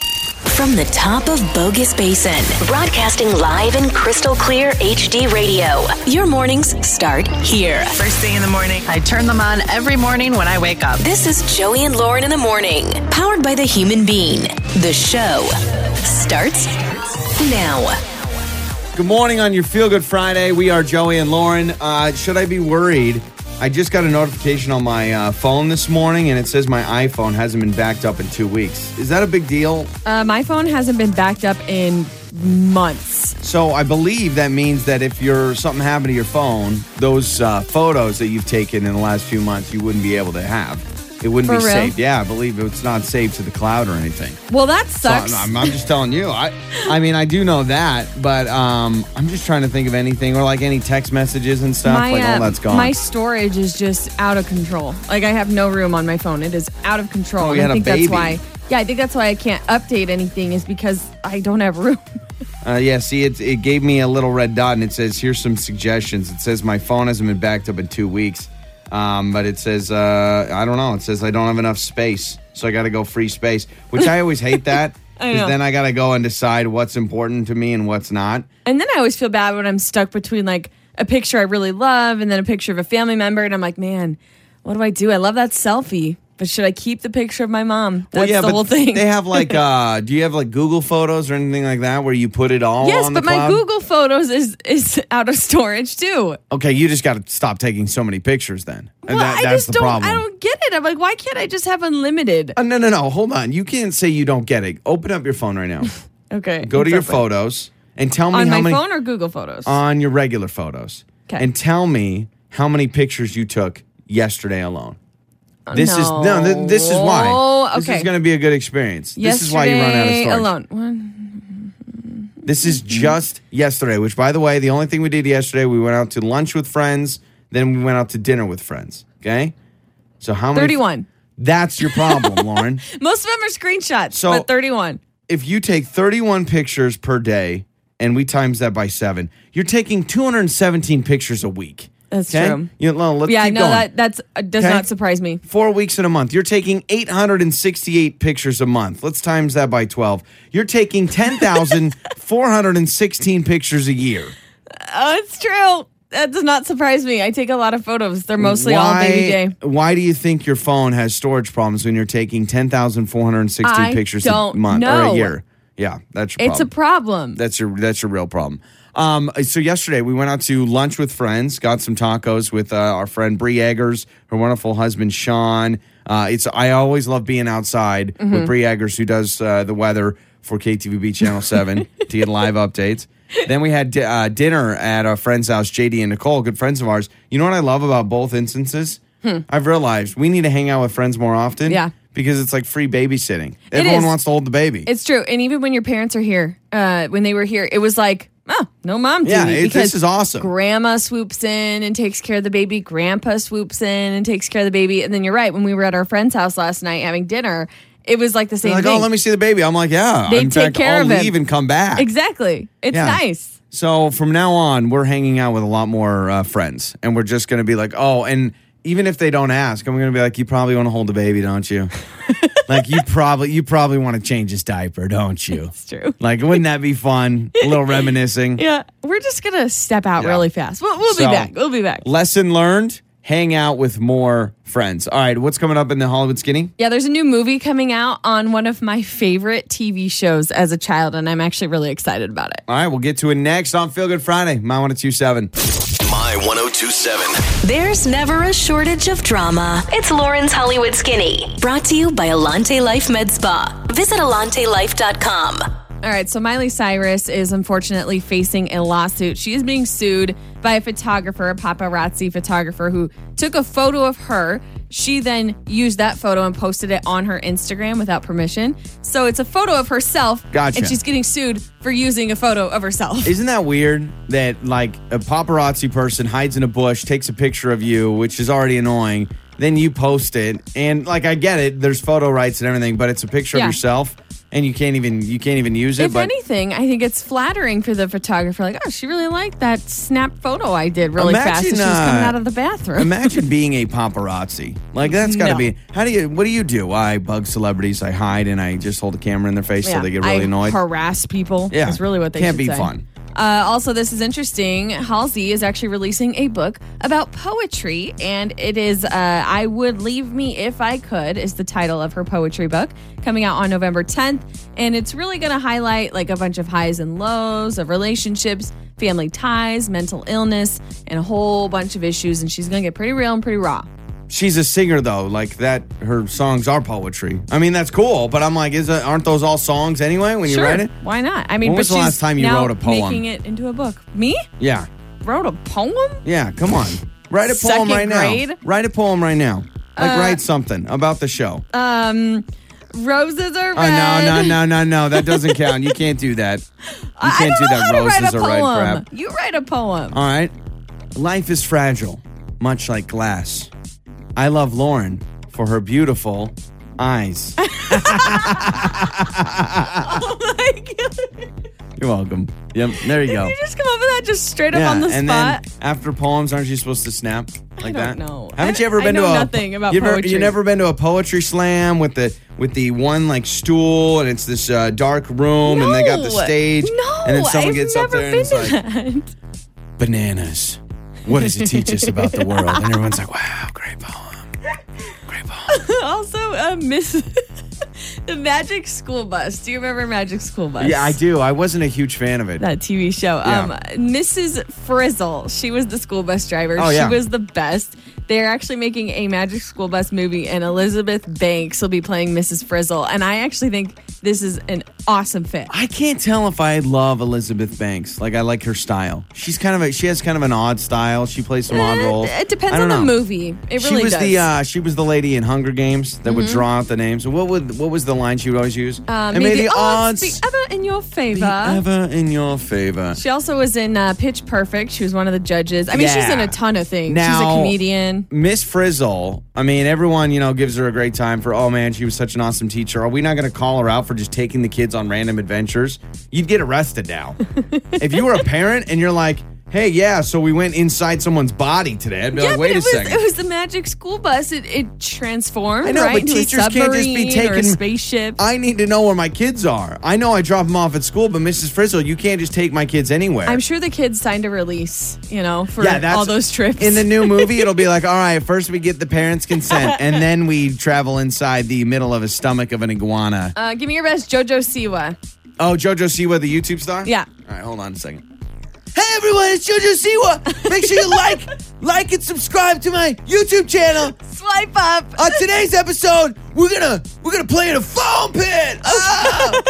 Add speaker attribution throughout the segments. Speaker 1: From the top of Bogus Basin, broadcasting live in crystal clear HD radio. Your mornings start here.
Speaker 2: First thing in the morning, I turn them on every morning when I wake up.
Speaker 1: This is Joey and Lauren in the morning, powered by the human being. The show starts now.
Speaker 3: Good morning on your Feel Good Friday. We are Joey and Lauren. Uh, should I be worried? I just got a notification on my uh, phone this morning and it says my iPhone hasn't been backed up in two weeks. Is that a big deal?
Speaker 4: Uh, my phone hasn't been backed up in months.
Speaker 3: So I believe that means that if you're something happened to your phone, those uh, photos that you've taken in the last few months, you wouldn't be able to have. It wouldn't
Speaker 4: For
Speaker 3: be
Speaker 4: real?
Speaker 3: saved. Yeah, I believe it's not saved to the cloud or anything.
Speaker 4: Well, that
Speaker 3: So
Speaker 4: sucks.
Speaker 3: I'm, I'm just telling you. I, I mean, I do know that, but um, I'm just trying to think of anything or like any text messages and stuff.
Speaker 4: my,
Speaker 3: like
Speaker 4: uh,
Speaker 3: all that's gone.
Speaker 4: my storage is just out of control. Like I have no room on my phone. It is out of control.
Speaker 3: Oh, you
Speaker 4: And
Speaker 3: had a
Speaker 4: I think
Speaker 3: baby.
Speaker 4: that's why. Yeah, I think that's why I can't update anything is because I don't have room.
Speaker 3: Uh, yeah, see, it, it gave me a little red dot, and it says, "Here's some suggestions." It says my phone hasn't been backed up in two weeks, um, but it says, uh, "I don't know." It says I don't have enough space, so I got to go free space, which I always hate that
Speaker 4: I
Speaker 3: because
Speaker 4: know.
Speaker 3: then I got to go and decide what's important to me and what's not.
Speaker 4: And then I always feel bad when I'm stuck between like a picture I really love and then a picture of a family member, and I'm like, man, what do I do? I love that selfie, but should I keep the picture of my mom? That's the whole thing.
Speaker 3: They have like, uh, do you have like Google Photos or anything like that where you put it all?
Speaker 4: Yes,
Speaker 3: on
Speaker 4: but
Speaker 3: the
Speaker 4: my
Speaker 3: cloud?
Speaker 4: Google Photos is is out of storage too.
Speaker 3: Okay, you just got to stop taking so many pictures then, and
Speaker 4: well,
Speaker 3: that,
Speaker 4: I
Speaker 3: that's
Speaker 4: just
Speaker 3: the
Speaker 4: don't.
Speaker 3: problem.
Speaker 4: I don't get it. I'm like, why can't I just have unlimited?
Speaker 3: Uh, no, no, no. Hold on. You can't say you don't get it. Open up your phone right now.
Speaker 4: Okay.
Speaker 3: Go to
Speaker 4: it's
Speaker 3: your
Speaker 4: open.
Speaker 3: photos and tell me
Speaker 4: on
Speaker 3: how
Speaker 4: my
Speaker 3: many Uh,
Speaker 4: phone or Google Photos.
Speaker 3: on your regular photos.
Speaker 4: 'Kay.
Speaker 3: And tell me how many pictures you took yesterday alone. This is no. th- this is why.
Speaker 4: No,
Speaker 3: This
Speaker 4: Uh, okay.
Speaker 3: is going to be a good experience.
Speaker 4: Yesterday
Speaker 3: this is why you run out of storage.
Speaker 4: alone. Mm-hmm. One-
Speaker 3: This is just yesterday. Which, by the way, the only thing we did yesterday, we went out to lunch with friends. Then we went out to dinner with friends. Okay. So how many?
Speaker 4: 31.
Speaker 3: That's your problem, Lauren.
Speaker 4: Most of them are screenshots,
Speaker 3: So-
Speaker 4: but 31.
Speaker 3: if you take 31 pictures per day and we times that by seven, you're taking 217 pictures a week.
Speaker 4: That's true.
Speaker 3: You know, let's
Speaker 4: Yeah,
Speaker 3: keep
Speaker 4: no,
Speaker 3: going.
Speaker 4: that that's uh, does
Speaker 3: 'Kay?
Speaker 4: not surprise me.
Speaker 3: Four weeks in a month, you're taking 868 pictures a month. Let's times that by 12. You're taking 10,416 pictures a year.
Speaker 4: Oh, it's true. That does not surprise me. I take a lot of photos. They're mostly all baby day.
Speaker 3: Why do you think your phone has storage problems when you're taking 10,416
Speaker 4: I
Speaker 3: pictures
Speaker 4: don't
Speaker 3: a month or
Speaker 4: know.
Speaker 3: a year? Yeah, that's your
Speaker 4: It's a problem.
Speaker 3: That's your that's your real problem. Um, so yesterday we went out to lunch with friends, got some tacos with uh, our friend Bree Eggers, her wonderful husband Sean. Uh, it's I always love being outside
Speaker 4: Mm-hmm.
Speaker 3: with Bree Eggers, who does uh, the weather for KTVB Channel Seven to get live updates. Then we had di- uh, dinner at our friend's house, JD and Nicole, good friends of ours. You know what I love about both instances? I've realized we need to hang out with friends more often.
Speaker 4: Hmm. Yeah.
Speaker 3: because it's like free babysitting.
Speaker 4: It
Speaker 3: Everyone
Speaker 4: is.
Speaker 3: wants to hold the baby.
Speaker 4: It's true. And even when your parents are here, uh, when they were here, it was like, oh, no mom duty.
Speaker 3: Yeah, it- this
Speaker 4: because
Speaker 3: is awesome.
Speaker 4: Grandma swoops in and takes care of the baby. Grandpa swoops in and takes care of the baby. And then you're right. When we were at our friend's house last night having dinner, it was like the same
Speaker 3: They're like,
Speaker 4: thing.
Speaker 3: oh, let me see the baby. I'm like, yeah.
Speaker 4: They
Speaker 3: In
Speaker 4: take
Speaker 3: fact,
Speaker 4: care
Speaker 3: I'll
Speaker 4: of him.
Speaker 3: leave and come back.
Speaker 4: exactly. It's
Speaker 3: Yeah.
Speaker 4: nice.
Speaker 3: So from now on, we're hanging out with a lot more uh, friends, and we're just going to be like, oh, and even if they don't ask, I'm going to be like, you probably want to hold the baby, don't you? like you probably you probably want to change his diaper, don't you?
Speaker 4: It's true.
Speaker 3: Like, wouldn't that be fun? A little reminiscing.
Speaker 4: Yeah. We're just going to step out
Speaker 3: Yeah.
Speaker 4: really fast. We'll, we'll
Speaker 3: So-
Speaker 4: be back. We'll be back.
Speaker 3: Lesson learned: hang out with more friends. All right, what's coming up in the Hollywood Skinny?
Speaker 4: Yeah, there's a new movie coming out on one of my favorite TV shows as a child, and I'm actually really excited about it.
Speaker 3: All right, we'll get to it next on Feel Good Friday. My one at two seven.
Speaker 5: My 1027.
Speaker 1: There's never a shortage of drama. It's Lauren's Hollywood Skinny, brought to you by Alante Life Med Spa. Visit AlanteLife.com.
Speaker 4: All right, so Miley Cyrus is unfortunately facing a lawsuit. She is being sued by a photographer, a paparazzi photographer, who took a photo of her. She then used that photo and posted it on her Instagram without permission. So it's a photo of herself.
Speaker 3: Gotcha.
Speaker 4: And she's getting sued for using a photo of herself.
Speaker 3: Isn't that weird that like a paparazzi person hides in a bush, takes a picture of you, which is already annoying, then you post it and like I get it, there's photo rights and everything, but it's a picture
Speaker 4: Yeah.
Speaker 3: of yourself and you can't even you can't even use it.
Speaker 4: If
Speaker 3: but
Speaker 4: anything, I think it's flattering for the photographer. Like, oh, she really liked that snap photo I did really fast.
Speaker 3: Imagine,
Speaker 4: As she was coming
Speaker 3: uh,
Speaker 4: out of the bathroom.
Speaker 3: imagine being a paparazzi. Like that's got to
Speaker 4: No.
Speaker 3: be. How do you? What do you do? I bug celebrities. I hide and I just hold a camera in their face so
Speaker 4: Yeah,
Speaker 3: they get really
Speaker 4: I
Speaker 3: annoyed.
Speaker 4: Harass people.
Speaker 3: Yeah.
Speaker 4: is really what they
Speaker 3: Can't
Speaker 4: should
Speaker 3: be
Speaker 4: say.
Speaker 3: fun.
Speaker 4: Uh, also, this is interesting. Halsey is actually releasing a book about poetry, and it is uh, "I Would Leave Me If I Could" is the title of her poetry book, coming out on November 10th, and it's really going to highlight like a bunch of highs and lows of relationships, family ties, mental illness, and a whole bunch of issues. And she's going to get pretty real and pretty raw.
Speaker 3: She's a singer though. Like that, her songs are poetry. I mean, that's cool. But I'm like, is it, aren't those all songs anyway? When you
Speaker 4: sure,
Speaker 3: write it,
Speaker 4: why not? I mean,
Speaker 3: When
Speaker 4: but
Speaker 3: was the
Speaker 4: she's
Speaker 3: last time you
Speaker 4: now
Speaker 3: wrote a poem?
Speaker 4: Making it into a book. Me
Speaker 3: yeah,
Speaker 4: wrote a poem.
Speaker 3: yeah. Come on, write a poem
Speaker 4: Second
Speaker 3: right now.
Speaker 4: grade? Uh,
Speaker 3: Write a poem right now. Like write something about the show.
Speaker 4: Um, roses are red.
Speaker 3: Oh no, no, no, no, no! That doesn't count. You can't do that. You
Speaker 4: I
Speaker 3: can't
Speaker 4: don't know
Speaker 3: do that.
Speaker 4: how to write
Speaker 3: Roses
Speaker 4: a
Speaker 3: are
Speaker 4: poem.
Speaker 3: red crap.
Speaker 4: You write a poem.
Speaker 3: All right. Life is fragile, much like glass. I love Lauren for her beautiful eyes.
Speaker 4: oh my god!
Speaker 3: You're welcome. Yep. There you go.
Speaker 4: You just come up with that just straight up on the
Speaker 3: Oh. and
Speaker 4: spot.
Speaker 3: then after poems, aren't you supposed to snap like
Speaker 4: don't
Speaker 3: that?
Speaker 4: know.
Speaker 3: Haven't
Speaker 4: I-
Speaker 3: you ever
Speaker 4: I
Speaker 3: been
Speaker 4: know
Speaker 3: to a
Speaker 4: nothing about
Speaker 3: you ever-
Speaker 4: poetry.
Speaker 3: You never been to a poetry slam with the with the one like stool and it's this uh, dark room and they got the
Speaker 4: No.
Speaker 3: stage
Speaker 4: No,
Speaker 3: and then someone
Speaker 4: I've
Speaker 3: gets
Speaker 4: never
Speaker 3: up there and
Speaker 4: been
Speaker 3: it's like.
Speaker 4: to that.
Speaker 3: bananas. What does it teach us about the world? And everyone's like, wow, great poem. Great poem.
Speaker 4: also, uh, Miss the Magic School Bus. Do you remember Magic School Bus?
Speaker 3: Yeah, I do. I wasn't a huge fan of it.
Speaker 4: That TV show.
Speaker 3: Yeah.
Speaker 4: Um, Mrs. Frizzle. She was the school bus driver.
Speaker 3: Oh, yeah.
Speaker 4: She was the best. They're actually making a Magic School Bus movie, and Elizabeth Banks will be playing Mrs. Frizzle. And I actually think this is an awesome fit.
Speaker 3: I can't tell if I love Elizabeth Banks. Like I like her style. She's kind of a she has kind of an odd style. She plays some odd
Speaker 4: Eh,
Speaker 3: roles.
Speaker 4: It depends
Speaker 3: I
Speaker 4: on
Speaker 3: don't
Speaker 4: the
Speaker 3: know.
Speaker 4: movie. It really
Speaker 3: she was
Speaker 4: does. Mm-hmm.
Speaker 3: the uh, she was the lady in Hunger Games that would draw out the names. What would what was the line she would always use?
Speaker 4: Uh,
Speaker 3: and
Speaker 4: may
Speaker 3: may the odds
Speaker 4: be ever in your favor.
Speaker 3: be ever in your favor.
Speaker 4: she also was in uh, Pitch Perfect. She was one of the judges. I mean, she's
Speaker 3: Yeah.
Speaker 4: in a ton of things.
Speaker 3: Now-
Speaker 4: she's a comedian.
Speaker 3: Miss Frizzle, I mean, everyone, you know, gives her a great time for, oh man, she was such an awesome teacher. Are we not going to call her out for just taking the kids on random adventures? You'd get arrested now. if you were a parent and you're like, hey, yeah, so we went inside someone's body today, I'd be
Speaker 4: yeah,
Speaker 3: like, Uh, wait
Speaker 4: but it
Speaker 3: a
Speaker 4: was
Speaker 3: second.
Speaker 4: it was the Magic School Bus. It, it transformed.
Speaker 3: I know,
Speaker 4: right,
Speaker 3: but
Speaker 4: into a
Speaker 3: teachers can't just be
Speaker 4: submarine or a
Speaker 3: taking-
Speaker 4: spaceship.
Speaker 3: I need to know where my kids are. I know I drop them off at school, but Mrs. Frizzle, you can't just take my kids anywhere.
Speaker 4: I'm sure the kids signed a release, you know, for
Speaker 3: Yeah, that's-
Speaker 4: all those trips.
Speaker 3: In the new movie, it'll be like, all right, first we get the parents' consent, and then we travel inside the middle of a stomach of an iguana.
Speaker 4: uh, give me your best, JoJo Siwa.
Speaker 3: Oh, JoJo Siwa, the YouTube star?
Speaker 4: Yeah.
Speaker 3: All right, hold on a second. Hey everyone, it's JoJo Siwa. Make sure you like, like, and subscribe to my YouTube channel.
Speaker 4: Swipe up.
Speaker 3: On today's episode, we're gonna we're gonna play in a foam pit. Ah!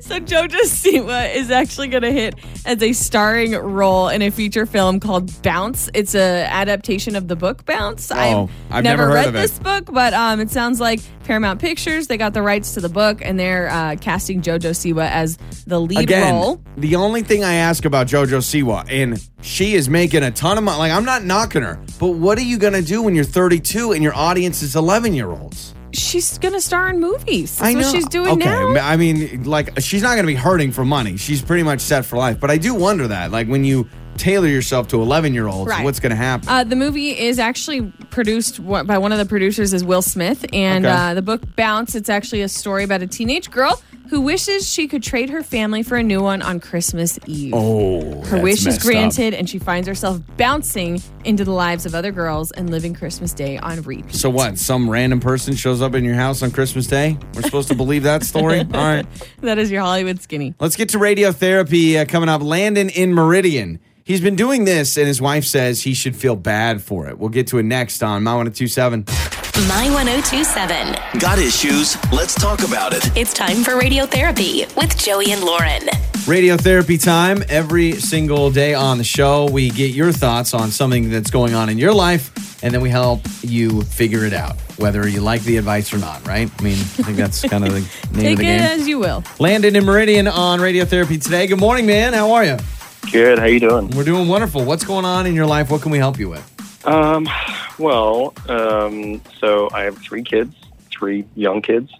Speaker 4: So JoJo Siwa is actually going to hit as a starring role in a feature film called Bounce. It's a adaptation of the book Bounce.
Speaker 3: Oh, I've never heard
Speaker 4: read
Speaker 3: of it.
Speaker 4: this book, but um, it sounds like Paramount Pictures they got the rights to the book and they're uh, casting JoJo Siwa as the lead
Speaker 3: Again,
Speaker 4: role.
Speaker 3: the only thing I ask about JoJo Siwa, and she is making a ton of money. Like I'm not knocking her, but what are you gonna do when you're 32 and your audience is 11 year olds?
Speaker 4: She's going to star in movies. That's what she's doing
Speaker 3: okay.
Speaker 4: now.
Speaker 3: I mean, like she's not going to be hurting for money. She's pretty much set for life. But I do wonder that, like, when you tailor yourself to 11 year olds,
Speaker 4: Right.
Speaker 3: what's going to happen?
Speaker 4: Uh, the movie is actually produced wa- by one of the producers is Will Smith, and
Speaker 3: Okay.
Speaker 4: uh, the book Bounce. It's actually a story about a teenage girl who wishes she could trade her family for a new one on Christmas Eve.
Speaker 3: oh,
Speaker 4: her wish is granted, and she finds herself bouncing into the lives of other girls and living Christmas Day on repeat.
Speaker 3: So what? Some random person shows up in your house on Christmas Day? We're supposed to believe that story? All right.
Speaker 4: that is your Hollywood skinny.
Speaker 3: Let's get to radiotherapy uh, coming up. Landon in Meridian. He's been doing this, and his wife says he should feel bad for it. We'll get to it next on My 1027.
Speaker 1: My 1027.
Speaker 5: Got issues? Let's talk about it.
Speaker 1: It's time for radiotherapy with Joey and Lauren.
Speaker 3: Radiotherapy time every single day on the show. We get your thoughts on something that's going on in your life, and then we help you figure it out, whether you like the advice or not, right? I mean, I think that's kind of the name of
Speaker 4: Take
Speaker 3: the
Speaker 4: it
Speaker 3: game.
Speaker 4: as you will.
Speaker 3: Landon in Meridian on Radiotherapy today. Good morning, man. How are you?
Speaker 6: Good. How you doing?
Speaker 3: We're doing wonderful. What's going on in your life? What can we help you with?
Speaker 6: Um, well, um, so I have three kids, three young kids,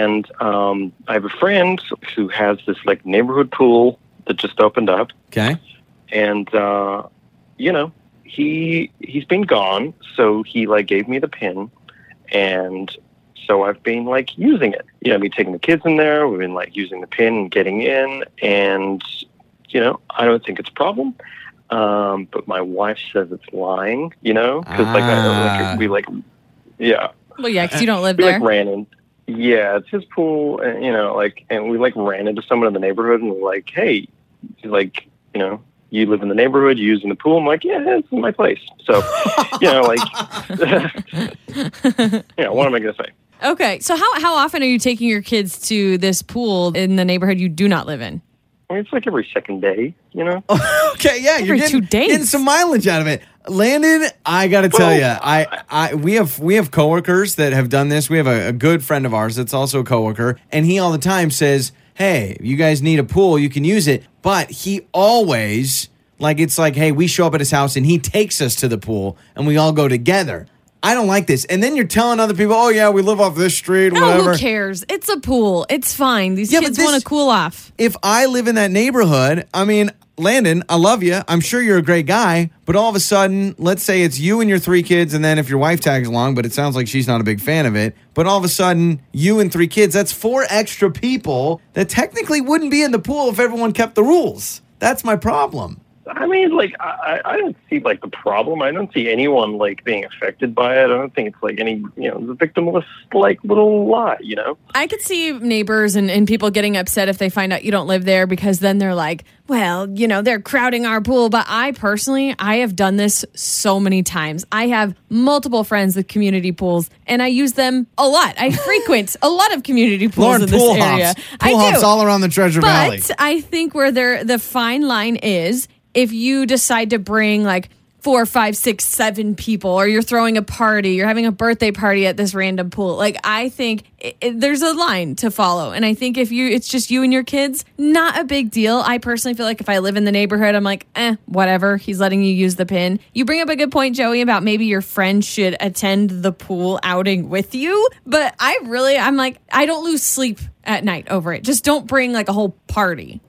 Speaker 6: And um, I have a friend who has this like neighborhood pool that just opened up,
Speaker 3: Okay.
Speaker 6: and uh, you know he he's been gone, so he like gave me the pin, and so I've been like using it. You know, me taking the kids in there. We've been like using the pin and getting in, and you know I don't think it's a problem. Um, but my wife says it's lying, you know, because like, I,
Speaker 3: Ah.
Speaker 6: like we like, yeah,
Speaker 4: Well, yeah, because you don't live
Speaker 6: we
Speaker 4: there.
Speaker 6: like ran in. Yeah, it's his pool, and you know, like, and we like ran into someone in the neighborhood, and we're like, hey, like, you know, you live in the neighborhood, you using the pool. I'm like, yeah, it's my place. So, you know, like, yeah, what am I gonna say?
Speaker 4: Okay. So how, how often are you taking your kids to this pool in the neighborhood you do not live in?
Speaker 6: I mean, it's like every second day, you know.
Speaker 3: Okay, yeah, you're
Speaker 4: Every
Speaker 3: getting,
Speaker 4: two days.
Speaker 3: getting some mileage out of it. Landon, I gotta tell you, I, I we have we have coworkers that have done this. We have a, a good friend of ours that's also a coworker, and he all the time says, "Hey, you guys need a pool, you can use it." But he always like it's like, "Hey, we show up at his house, and he takes us to the pool, and we all go together." I don't like this. And then you're telling other people, "Oh yeah, we live off this street,
Speaker 4: No,
Speaker 3: whatever."
Speaker 4: Oh, who cares? It's a pool. It's fine. These
Speaker 3: Yeah, but
Speaker 4: kids
Speaker 3: this-
Speaker 4: want to cool off.
Speaker 3: if I live in that neighborhood, I mean, Landon, I love you. I'm sure you're a great guy, but all of a sudden, let's say it's you and your three kids, and then if your wife tags along, but it sounds like she's not a big fan of it, but all of a sudden, you and three kids, that's four extra people that technically wouldn't be in the pool if everyone kept the rules. That's my problem.
Speaker 6: I mean, like, I, I I don't see like the problem. I don't see anyone like being affected by it. I don't think it's like any, you know, the victimless like little lie, you know.
Speaker 4: I could see neighbors and, and people getting upset if they find out you don't live there because then they're like, well, you know, they're crowding our pool. But I personally, I have done this so many times. I have multiple friends with community pools and I use them a lot. I frequent a lot of community pools
Speaker 3: Lauren,
Speaker 4: in this
Speaker 3: pool
Speaker 4: area.
Speaker 3: hops.
Speaker 4: I
Speaker 3: Pool hops
Speaker 4: do.
Speaker 3: all around the Treasure Valley.
Speaker 4: But I think where there the fine line is if you decide to bring like four, five, six, seven people, or you're throwing a party, you're having a birthday party at this random pool. Like I think it, it- there's a line to follow, and I think if you it's just you and your kids, not a big deal. I personally feel like if I live in the neighborhood, I'm like, eh, whatever. He's letting you use the pin. You bring up a good point, Joey, about maybe your friend should attend the pool outing with you. But I really, I'm like, I don't lose sleep at night over it. Just don't bring like a whole party.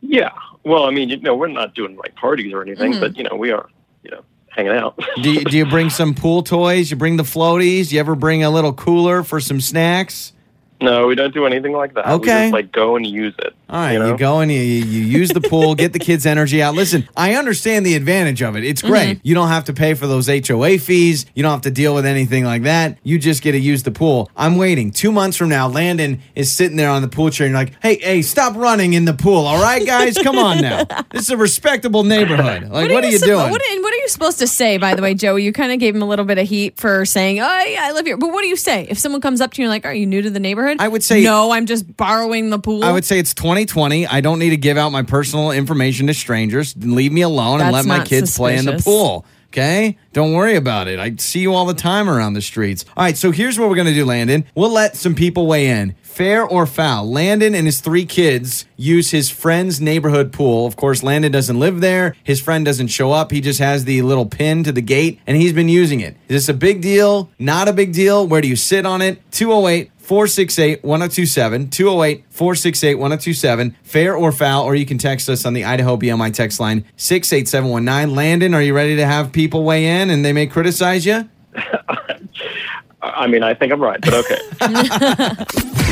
Speaker 6: Yeah. Well, I mean, you know, we're not doing like parties or anything,
Speaker 3: Mm-hmm.
Speaker 6: but you know, we are, you know, hanging out.
Speaker 3: do, you, do you bring some pool toys? You bring the floaties? You ever bring a little cooler for some snacks?
Speaker 6: no, we don't do anything like that. We
Speaker 3: Okay.
Speaker 6: just like go and use it.
Speaker 3: All right, you,
Speaker 6: you know?
Speaker 3: go and you, you use the pool, get the kids' energy out. Listen, I understand the advantage of it. It's great. You don't have to pay for those HOA fees. You don't have to deal with anything like that. You just get to use the pool. I'm waiting. Two months from now, Landon is sitting there on the pool chair and you're like, hey, hey, stop running in the pool. All right, guys, come on now. This is a respectable neighborhood. Like, what are, you,
Speaker 4: suppo-
Speaker 3: doing?
Speaker 4: What, and what are you supposed to say, by the way, Joey? You kind of gave him a little bit of heat for saying, oh, yeah, I live here. But what do you say? If someone comes up to you and like, are you new to the neighborhood?
Speaker 3: I would say-
Speaker 4: no, I'm just borrowing the pool.
Speaker 3: I would say it's 2020. I don't need to give out my personal information to strangers. Leave me alone and let
Speaker 4: That's
Speaker 3: my
Speaker 4: not
Speaker 3: kids play in the
Speaker 4: suspicious.
Speaker 3: pool. Okay? Don't worry about it. I see you all the time around the streets. All right, so here's what we're going to do, Landon. We'll let some people weigh in. Fair or foul? Landon and his three kids use his friend's neighborhood pool. Of course, Landon doesn't live there. His friend doesn't show up. He just has the little pin to the gate and he's been using it. Is this a big deal? Not a big deal? Where do you sit on it? 208 468 1027, 208 468 1027, fair or foul, or you can text us on the Idaho BMI text line 68719. Landon, are you ready to have people weigh in and they may criticize you?
Speaker 6: I I mean, I think I'm right, but okay.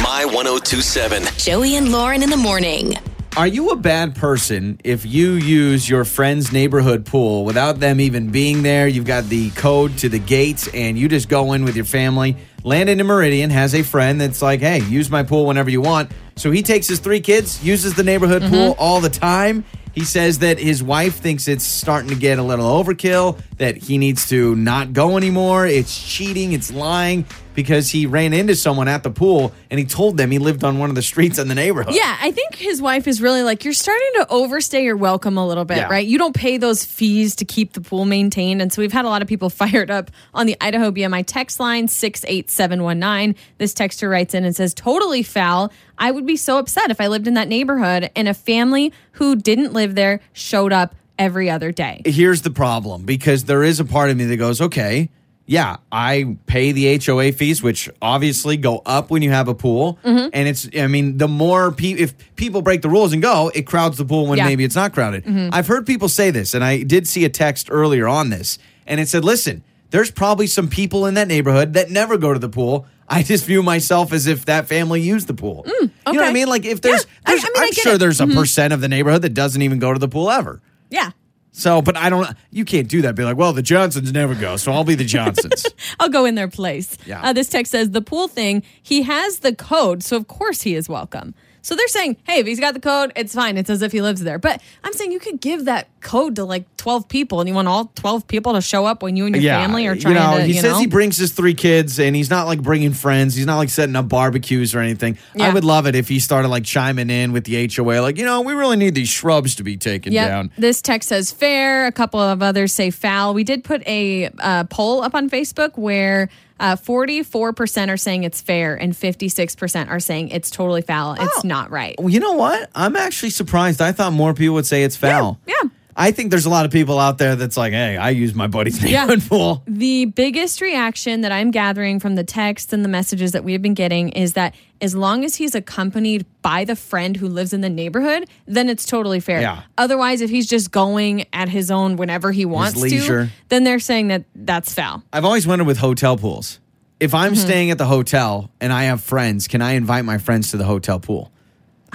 Speaker 5: My 1027.
Speaker 1: Joey and Lauren in the morning.
Speaker 3: Are you a bad person if you use your friend's neighborhood pool without them even being there? You've got the code to the gates and you just go in with your family. Landon in Meridian has a friend that's like, hey, use my pool whenever you want. So he takes his three kids, uses the neighborhood pool all the time. He says that his wife thinks it's starting to get a little overkill, that he needs to not go anymore. It's cheating, it's lying because he ran into someone at the pool and he told them he lived on one of the streets in the neighborhood.
Speaker 4: Yeah, I think his wife is really like, you're starting to overstay your welcome a little bit,
Speaker 3: Yeah.
Speaker 4: right? You don't pay those fees to keep the pool maintained. And so we've had a lot of people fired up on the Idaho BMI text line 68719. This texter writes in and says, totally foul. I would be so upset if I lived in that neighborhood and a family who didn't live there showed up every other day.
Speaker 3: here's the problem because there is a part of me that goes, okay, yeah, I pay the HOA fees, which obviously go up when you have a pool.
Speaker 4: Mm-hmm.
Speaker 3: And it's, I mean, the more people, if people break the rules and go, it crowds the pool when
Speaker 4: Yeah. Mm-hmm.
Speaker 3: maybe it's not crowded. I've heard people say this, and I did see a text earlier on this, and it said, listen, there's probably some people in that neighborhood that never go to the pool. I just view myself as if that family used the pool. You know what I
Speaker 4: Mm, okay.
Speaker 3: mean? Like if there's,
Speaker 4: I-
Speaker 3: there's
Speaker 4: I mean, I
Speaker 3: I'm
Speaker 4: get
Speaker 3: sure
Speaker 4: it. Mm-hmm.
Speaker 3: there's a percent of the neighborhood that doesn't even go to the pool ever.
Speaker 4: Yeah.
Speaker 3: So, but I don't. You can't do that. Be like, well, the Johnsons never go, so I'll be the Johnsons.
Speaker 4: I'll go in their place.
Speaker 3: Yeah.
Speaker 4: Uh, this text says the pool thing, he has the code, so of course he is welcome. So they're saying, hey, if he's got the code, it's fine. It's as if he lives there. But I'm saying you could give that code to like 12 people and you want all 12 people to show up when you and your family are trying
Speaker 3: you know,
Speaker 4: to,
Speaker 3: he
Speaker 4: you
Speaker 3: says
Speaker 4: know.
Speaker 3: he brings his three kids, and he's not like bringing friends. He's not like setting up barbecues or anything. I
Speaker 4: Yeah.
Speaker 3: would love it if he started like chiming in with the HOA, like you know, we really need these shrubs to be taken
Speaker 4: Yep.
Speaker 3: down.
Speaker 4: This text says fair. A couple of others say foul. We did put a uh, poll up on Facebook where uh, 44% are saying it's fair and 56% are saying it's totally foul. It's
Speaker 3: Oh.
Speaker 4: not right.
Speaker 3: Well, you know what? I'm actually surprised. I thought more people would say it's foul.
Speaker 4: yeah.
Speaker 3: I think there's a lot of people out there that's like, hey, I use my buddy's
Speaker 4: Yeah.
Speaker 3: neighborhood pool.
Speaker 4: The biggest reaction that I'm gathering from the texts and the messages that we've been getting is that as long as he's accompanied by the friend who lives in the neighborhood, then it's totally fair.
Speaker 3: Yeah.
Speaker 4: Otherwise, if he's just going at his own whenever he wants
Speaker 3: leisure.
Speaker 4: to, then they're saying that that's foul.
Speaker 3: I've always wondered with hotel pools. If I'm
Speaker 4: Mm-hmm.
Speaker 3: staying at the hotel and I have friends, can I invite my friends to the hotel pool?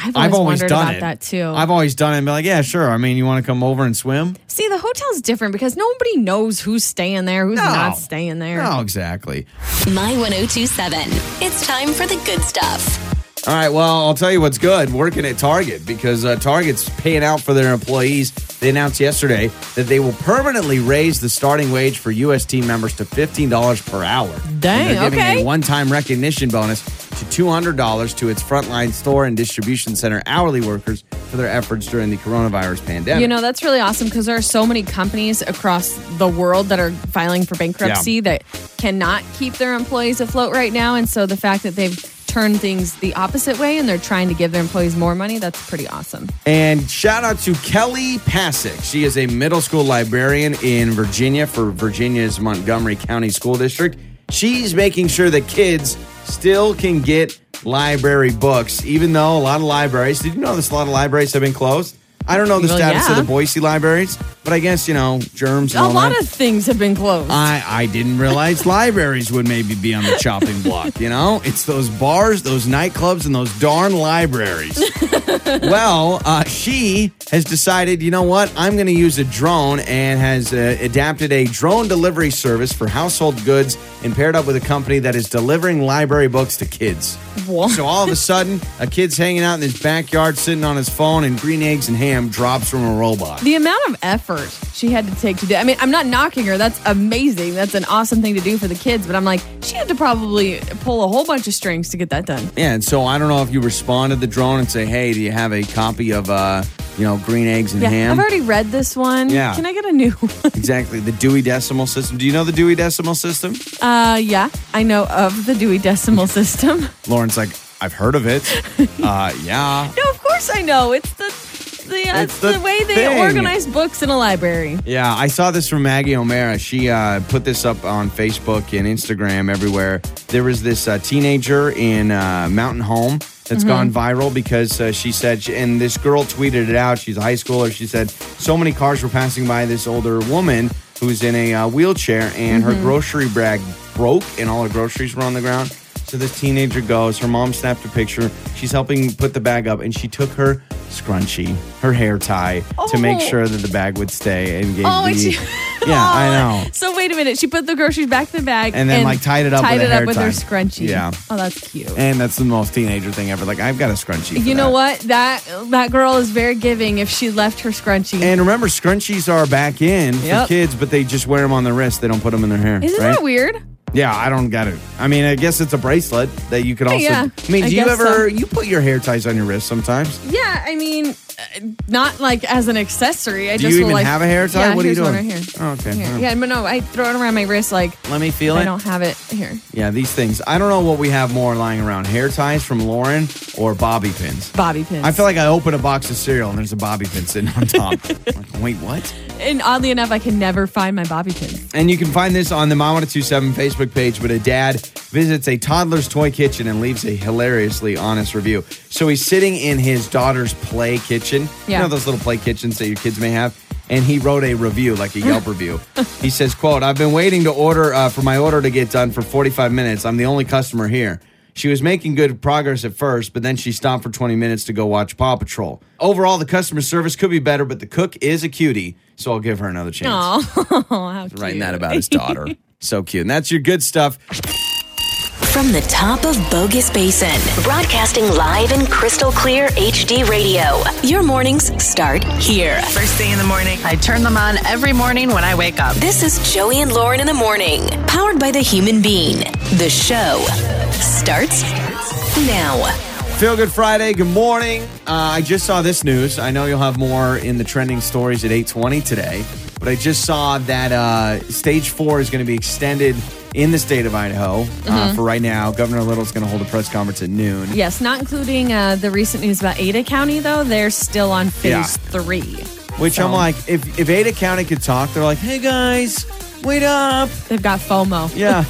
Speaker 4: I've always,
Speaker 3: I've always
Speaker 4: wondered
Speaker 3: done
Speaker 4: about
Speaker 3: it.
Speaker 4: that too.
Speaker 3: I've always done it and be like, yeah, sure. I mean, you want to come over and swim?
Speaker 4: See, the hotel's different because nobody knows who's staying there, who's not staying there.
Speaker 3: No, exactly.
Speaker 1: My 1027. It's time for the good stuff.
Speaker 3: All right. Well, I'll tell you what's good working at Target because uh, Target's paying out for their employees. They announced yesterday that they will permanently raise the starting wage for U.S. team members to $15 per hour. And
Speaker 4: Dang,
Speaker 3: They're giving
Speaker 4: okay.
Speaker 3: a one time recognition bonus to $200 to its frontline store and distribution center hourly workers for their efforts during the coronavirus pandemic.
Speaker 4: You know, that's really awesome because there are so many companies across the world that are filing for bankruptcy
Speaker 3: Yeah.
Speaker 4: that cannot keep their employees afloat right now. And so the fact that they've turned things the opposite way and they're trying to give their employees more money, that's pretty awesome.
Speaker 3: And shout out to Kelly Passick. She is a middle school librarian in Virginia for Virginia's Montgomery County School District. She's making sure that kids still can get library books, even though a lot of libraries, did you know this? A lot of libraries have been closed. I don't know the
Speaker 4: Well,
Speaker 3: status of
Speaker 4: yeah.
Speaker 3: the Boise libraries, but I guess, you know, germs and
Speaker 4: A
Speaker 3: all
Speaker 4: lot
Speaker 3: that.
Speaker 4: of things have been closed.
Speaker 3: I, I didn't realize libraries would maybe be on the chopping block. You know, it's those bars, those nightclubs, and those darn libraries. well, uh, she has decided, you know what? I'm going to use a drone and has uh, adapted a drone delivery service for household goods and paired up with a company that is delivering library books to kids.
Speaker 4: What?
Speaker 3: Uh, So all of a sudden, a kid's hanging out in his backyard, sitting on his phone, and green eggs and ham drops from a robot.
Speaker 4: the amount of effort she had to take to do I mean, I'm not knocking her. That's amazing. That's an awesome thing to do for the kids. But I'm like, she had to probably pull a whole bunch of strings to get that done.
Speaker 3: Yeah, and so I don't know if you respond to the drone and say, "Hey, do you have a copy of uh, you know, green eggs and
Speaker 4: Yeah,
Speaker 3: ham?"
Speaker 4: I've already read this one.
Speaker 3: Yeah.
Speaker 4: Can I get a new one?
Speaker 3: exactly. The Dewey Decimal System. Do you know the Dewey Decimal System?
Speaker 4: Uh, yeah, I know of the Dewey Decimal System.
Speaker 3: Lauren's like, "I've heard of it." uh, yeah.
Speaker 4: No, of course I know. It's the the, uh,
Speaker 3: It's
Speaker 4: the,
Speaker 3: the
Speaker 4: way they
Speaker 3: thing.
Speaker 4: organize books in a library.
Speaker 3: Yeah, I saw this from Maggie O'Mara. She uh, put this up on Facebook and Instagram everywhere. There was this uh, teenager in uh, Mountain Home that's gone viral because uh, she said, and this girl tweeted it out. She's a high schooler. She said, so many cars were passing by this older woman who's in a uh, wheelchair, and her grocery bag broke, and all her groceries were on the ground. So this teenager goes, her mom snapped a picture. She's helping put the bag up, and she took her scrunchie, her hair tie, to make
Speaker 4: Oh.
Speaker 3: sure that the bag would stay and gave
Speaker 4: Oh,
Speaker 3: the-
Speaker 4: and she-
Speaker 3: yeah, I
Speaker 4: Oh,
Speaker 3: know.
Speaker 4: So wait a minute. She put the groceries back in the bag
Speaker 3: And then, like, tied it up with a hair tie.
Speaker 4: her scrunchie.
Speaker 3: Yeah.
Speaker 4: Oh, that's cute.
Speaker 3: And that's the most teenager thing ever. Like I've got a scrunchie. for
Speaker 4: you know
Speaker 3: that.
Speaker 4: what? That that girl is very giving. If she left her scrunchie,
Speaker 3: And remember, scrunchies are back in for
Speaker 4: Yep.
Speaker 3: kids, but they just wear them on their wrist. They don't put them in their hair.
Speaker 4: isn't
Speaker 3: right?
Speaker 4: that weird?
Speaker 3: Yeah, I don't get it. I mean, I guess it's a bracelet that you could also.
Speaker 4: yeah,
Speaker 3: I mean,
Speaker 4: I
Speaker 3: do you
Speaker 4: guess
Speaker 3: ever
Speaker 4: so.
Speaker 3: you put your hair ties on your wrist sometimes?
Speaker 4: Yeah, I mean, uh, not like as an accessory. I
Speaker 3: Do
Speaker 4: just
Speaker 3: you
Speaker 4: will,
Speaker 3: even
Speaker 4: like,
Speaker 3: have a hair tie?
Speaker 4: Yeah,
Speaker 3: what are you
Speaker 4: here's
Speaker 3: doing?
Speaker 4: one right here.
Speaker 3: Oh, okay.
Speaker 4: Here.
Speaker 3: Oh.
Speaker 4: Yeah, but no, I throw it around my wrist like
Speaker 3: Let me feel
Speaker 4: I
Speaker 3: it.
Speaker 4: don't have it here.
Speaker 3: Yeah, these things. I don't know what we have more lying around: hair ties from Lauren or bobby pins.
Speaker 4: Bobby pins.
Speaker 3: I feel like I open a box of cereal and there's a bobby pin sitting on top. like, Wait, what?
Speaker 4: and oddly enough, I can never find my bobby pins.
Speaker 3: And you can find this on the My 1027 Facebook page, but a dad visits a toddler's toy kitchen and leaves a hilariously honest review. So he's sitting in his daughter's play kitchen.
Speaker 4: Yeah.
Speaker 3: You know those little play kitchens that your kids may have? And he wrote a review, like a Yelp review. He says, quote, I've been waiting to order uh, for my order to get done for 45 minutes. I'm the only customer here. She was making good progress at first, but then she stopped for 20 minutes to go watch Paw Patrol. Overall, the customer service could be better, but the cook is a cutie, so I'll give her another chance
Speaker 4: Oh, how cute.
Speaker 3: writing that about his daughter. so cute. And that's your good stuff.
Speaker 1: From the top of Bogus Basin, broadcasting live in crystal clear HD radio. Your mornings start here.
Speaker 2: First thing in the morning, I turn them on every morning when I wake up.
Speaker 1: This is Joey and Lauren in the morning, powered by the human being. The show starts now.
Speaker 3: Feel Good Friday. Good morning. Uh, I just saw this news. I know you'll have more in the trending stories at 8:20 today, but I just saw that uh, stage four is going to be extended in the state of Idaho
Speaker 4: Mm-hmm.
Speaker 3: uh, for right now. Governor Little's going to hold a press conference at noon.
Speaker 4: Yes, not including uh, the recent news about Ada County, though. They're still on phase
Speaker 3: Yeah.
Speaker 4: three.
Speaker 3: Which I'm
Speaker 4: So,
Speaker 3: like, if if Ada County could talk, they're like, "Hey guys, wait up."
Speaker 4: They've got FOMO.
Speaker 3: Yeah.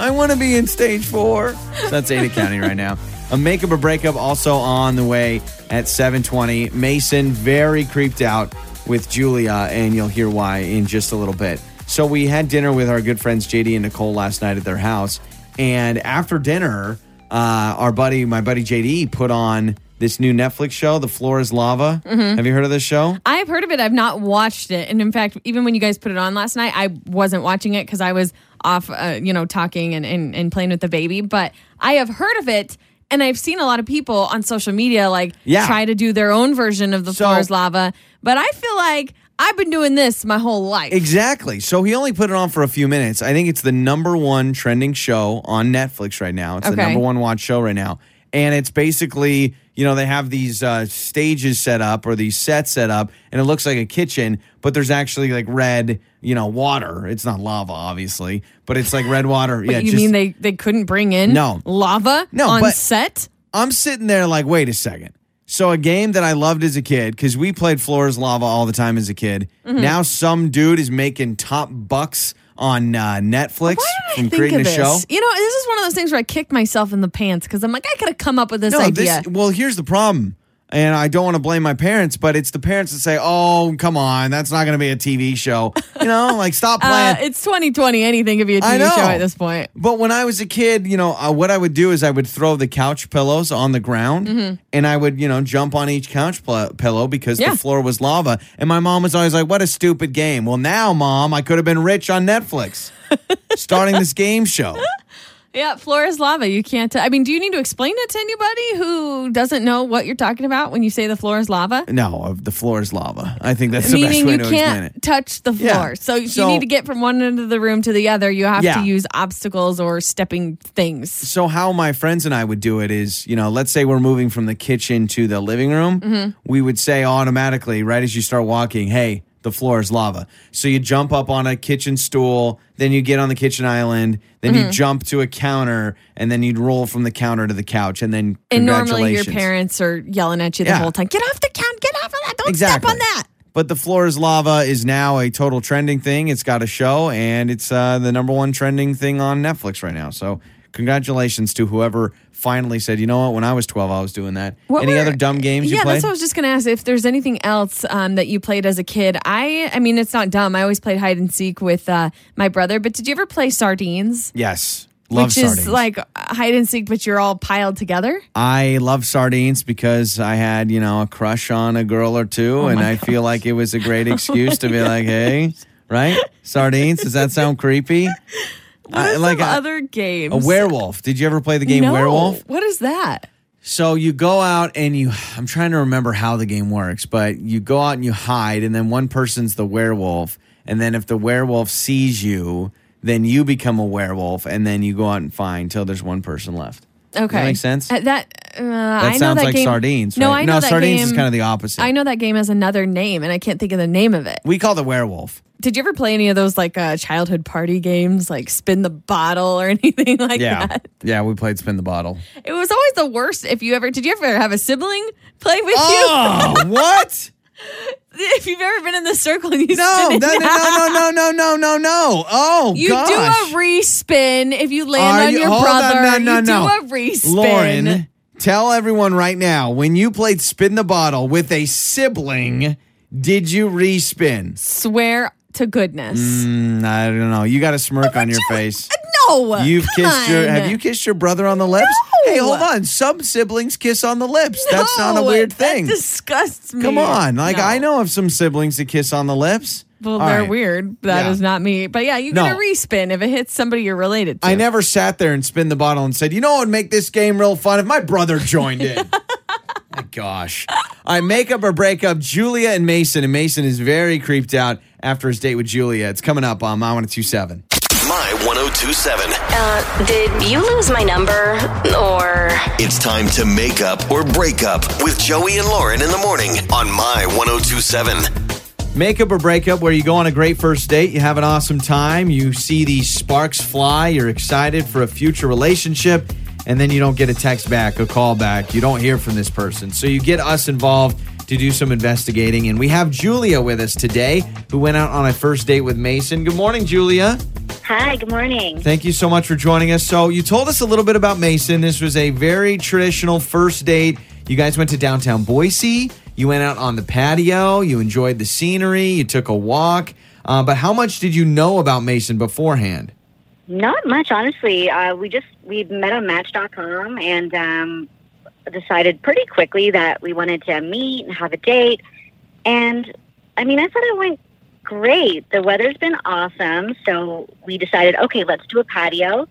Speaker 3: I want to be in stage four. So that's Ada County right now. A makeup or breakup also on the way at 720. Mason very creeped out with Julia, and you'll hear why in just a little bit. So we had dinner with our good friends JD and Nicole last night at their house. And after dinner, uh, our buddy, my buddy JD, put on this new Netflix show, The Floor is Lava. Have you heard of this show?
Speaker 4: I've heard of it. I've not watched it. And in fact, even when you guys put it on last night, I wasn't watching it because I was off, uh, you know, talking and, and, and playing with the baby. But I have heard of it. And I've seen a lot of people on social media like
Speaker 3: Yeah.
Speaker 4: try to do their own version of the
Speaker 3: So-
Speaker 4: floor is lava. But I feel like I've been doing this my whole life.
Speaker 3: Exactly. So he only put it on for a few minutes. I think it's the number one trending show on Netflix right now. It's the
Speaker 4: Okay.
Speaker 3: number one watch show right now. And it's basically, you know, they have these uh, stages set up or these sets set up, and it looks like a kitchen, but there's actually like red, you know, water. It's not lava, obviously, but it's like red water. yeah,
Speaker 4: you
Speaker 3: just-
Speaker 4: mean they, they couldn't bring in
Speaker 3: No.
Speaker 4: lava
Speaker 3: No,
Speaker 4: on
Speaker 3: but-
Speaker 4: set?
Speaker 3: I'm sitting there like, wait a second. So a game that I loved as a kid, because we played Floors Lava all the time as a kid.
Speaker 4: Mm-hmm.
Speaker 3: Now some dude is making top bucks on uh, Netflix from creating a
Speaker 4: this.
Speaker 3: show.
Speaker 4: You know, this is one of those things where I kicked myself in the pants because I'm like, I could have come up with this
Speaker 3: No,
Speaker 4: idea.
Speaker 3: this well, here's the problem. And I don't want to blame my parents, but it's the parents that say, "Oh, come on, that's not going to be a TV show." You know, like stop
Speaker 4: uh,
Speaker 3: playing.
Speaker 4: it's 2020. Anything could be a
Speaker 3: I
Speaker 4: TV
Speaker 3: know.
Speaker 4: show at this point.
Speaker 3: But when I was a kid, you know, uh, what I would do is I would throw the couch pillows on the ground and I would, you know, jump on each couch pl- pillow because
Speaker 4: Mm-hmm. Yeah.
Speaker 3: the floor was lava. And my mom was always like, what a stupid game. Well, now, mom, I could have been rich on Netflix starting this game show.
Speaker 4: Yeah, floor is lava. You can't. I mean, do you need to explain it to anybody who doesn't know what you're talking about when you say the floor is lava?
Speaker 3: No, uh, the floor is lava. I think that's the best
Speaker 4: Meaning
Speaker 3: way
Speaker 4: you
Speaker 3: to explain
Speaker 4: can't
Speaker 3: it.
Speaker 4: touch the floor.
Speaker 3: Yeah.
Speaker 4: So if
Speaker 3: So-
Speaker 4: you need to get from one end of the room to the other, you have
Speaker 3: Yeah.
Speaker 4: to use obstacles or stepping things.
Speaker 3: so how my friends and I would do it is, you know, let's say we're moving from the kitchen to the living room,
Speaker 4: Mm-hmm.
Speaker 3: we would say automatically right as you start walking, "Hey, the floor is lava." So you jump up on a kitchen stool, then you get on the kitchen island, then
Speaker 4: Mm-hmm.
Speaker 3: you jump to a counter, and then you'd roll from the counter to the couch, and then
Speaker 4: And
Speaker 3: congratulations.
Speaker 4: normally your parents are yelling at you the
Speaker 3: Yeah.
Speaker 4: whole time. Get off the count. Get off of that. Don't
Speaker 3: Exactly.
Speaker 4: step on that.
Speaker 3: But the floor is lava is now a total trending thing. It's got a show, and it's uh, the number one trending thing on Netflix right now. So congratulations to whoever finally said, you know what? When I was twelve, I was doing that.
Speaker 4: What
Speaker 3: Any
Speaker 4: were-
Speaker 3: other dumb games
Speaker 4: yeah,
Speaker 3: you played?
Speaker 4: that's what I was just gonna ask. If there's anything else um, that you played as a kid, I, I mean, it's not dumb. I always played hide and seek with uh, my brother. But did you ever play sardines?
Speaker 3: yes, love
Speaker 4: Which
Speaker 3: sardines.
Speaker 4: is like uh, hide and seek, but you're all piled together.
Speaker 3: I love sardines because I had you know a crush on a girl or two,
Speaker 4: Oh
Speaker 3: and I feel like it was a great excuse to be like, hey, right? Sardines? Does that sound creepy?
Speaker 4: What
Speaker 3: I-
Speaker 4: are
Speaker 3: like
Speaker 4: some
Speaker 3: a-
Speaker 4: other games?
Speaker 3: A werewolf. Did you ever play the game
Speaker 4: No.
Speaker 3: Werewolf?
Speaker 4: What is that?
Speaker 3: So you go out and you I'm trying to remember how the game works, but you go out and you hide and then one person's the werewolf and then if the werewolf sees you, then you become a werewolf and then you go out and find till there's one person left.
Speaker 4: Okay,
Speaker 3: That makes sense?
Speaker 4: Uh, that uh, I
Speaker 3: That
Speaker 4: know
Speaker 3: sounds
Speaker 4: that
Speaker 3: like
Speaker 4: game-
Speaker 3: sardines.
Speaker 4: No,
Speaker 3: right?
Speaker 4: I know
Speaker 3: no
Speaker 4: that
Speaker 3: sardines
Speaker 4: game,
Speaker 3: is kind of the opposite.
Speaker 4: I know that game has another name, and I can't think of the name of it.
Speaker 3: We call it werewolf.
Speaker 4: Did you ever play any of those like uh, childhood party games, like spin the bottle or anything like
Speaker 3: Yeah.
Speaker 4: that?
Speaker 3: Yeah, we played Spin the Bottle.
Speaker 4: It was always the worst. If you ever did, you ever have a sibling play with
Speaker 3: Oh, what?
Speaker 4: you? If you've ever been in the circle and you
Speaker 3: No,
Speaker 4: spin it,
Speaker 3: that, no, no, no, no, no, no, no. Oh,
Speaker 4: you
Speaker 3: gosh.
Speaker 4: do a respin if you land
Speaker 3: Are
Speaker 4: on
Speaker 3: you-
Speaker 4: your
Speaker 3: hold on, no,
Speaker 4: brother.
Speaker 3: no,
Speaker 4: you
Speaker 3: no.
Speaker 4: do a respin.
Speaker 3: Lauren, tell everyone right now when you played Spin the Bottle with a sibling, did you respin?
Speaker 4: swear to goodness.
Speaker 3: Mm, I don't know. You got a smirk on your face.
Speaker 4: No,
Speaker 3: You've
Speaker 4: come
Speaker 3: kissed your
Speaker 4: on.
Speaker 3: have you kissed your brother on the lips? Hey, hold on. Some siblings kiss on the lips. That's not a
Speaker 4: No,
Speaker 3: weird
Speaker 4: that
Speaker 3: thing.
Speaker 4: disgusts me.
Speaker 3: Come on. Like
Speaker 4: No.
Speaker 3: I know of some siblings that kiss on the lips.
Speaker 4: Well,
Speaker 3: All
Speaker 4: they're
Speaker 3: right.
Speaker 4: weird. That is
Speaker 3: Yeah.
Speaker 4: not me. But yeah, you
Speaker 3: No.
Speaker 4: get a respin if it hits somebody you're related to.
Speaker 3: I never sat there and spin the bottle and said, you know what would make this game real fun if my brother joined in. my gosh. I make up or break up Julia and Mason, and Mason is very creeped out after his date with Julia. It's coming up on My 1027.
Speaker 5: My 1027.
Speaker 1: Uh, did you lose my number? Or
Speaker 5: It's time to make up or break up with Joey and Lauren in the morning on My 1027.
Speaker 3: Make up or break up where you go on a great first date, you have an awesome time, you see these sparks fly, you're excited for a future relationship, and then you don't get a text back, a call back, you don't hear from this person. So you get us involved to do some investigating, and we have Julia with us today, who went out on a first date with Mason. Good morning, Julia.
Speaker 7: Hi, good morning.
Speaker 3: Thank you so much for joining us. So you told us a little bit about Mason. This was a very traditional first date. You guys went to downtown Boise. You went out on the patio. You enjoyed the scenery. You took a walk. Uh, but how much did you know about Mason beforehand?
Speaker 7: Not much, honestly. Uh, we just we met on Match.com and um, decided pretty quickly that we wanted to meet and have a date. And I mean, I thought it went great. The weather's been awesome, so we decided, okay, let's do a patio.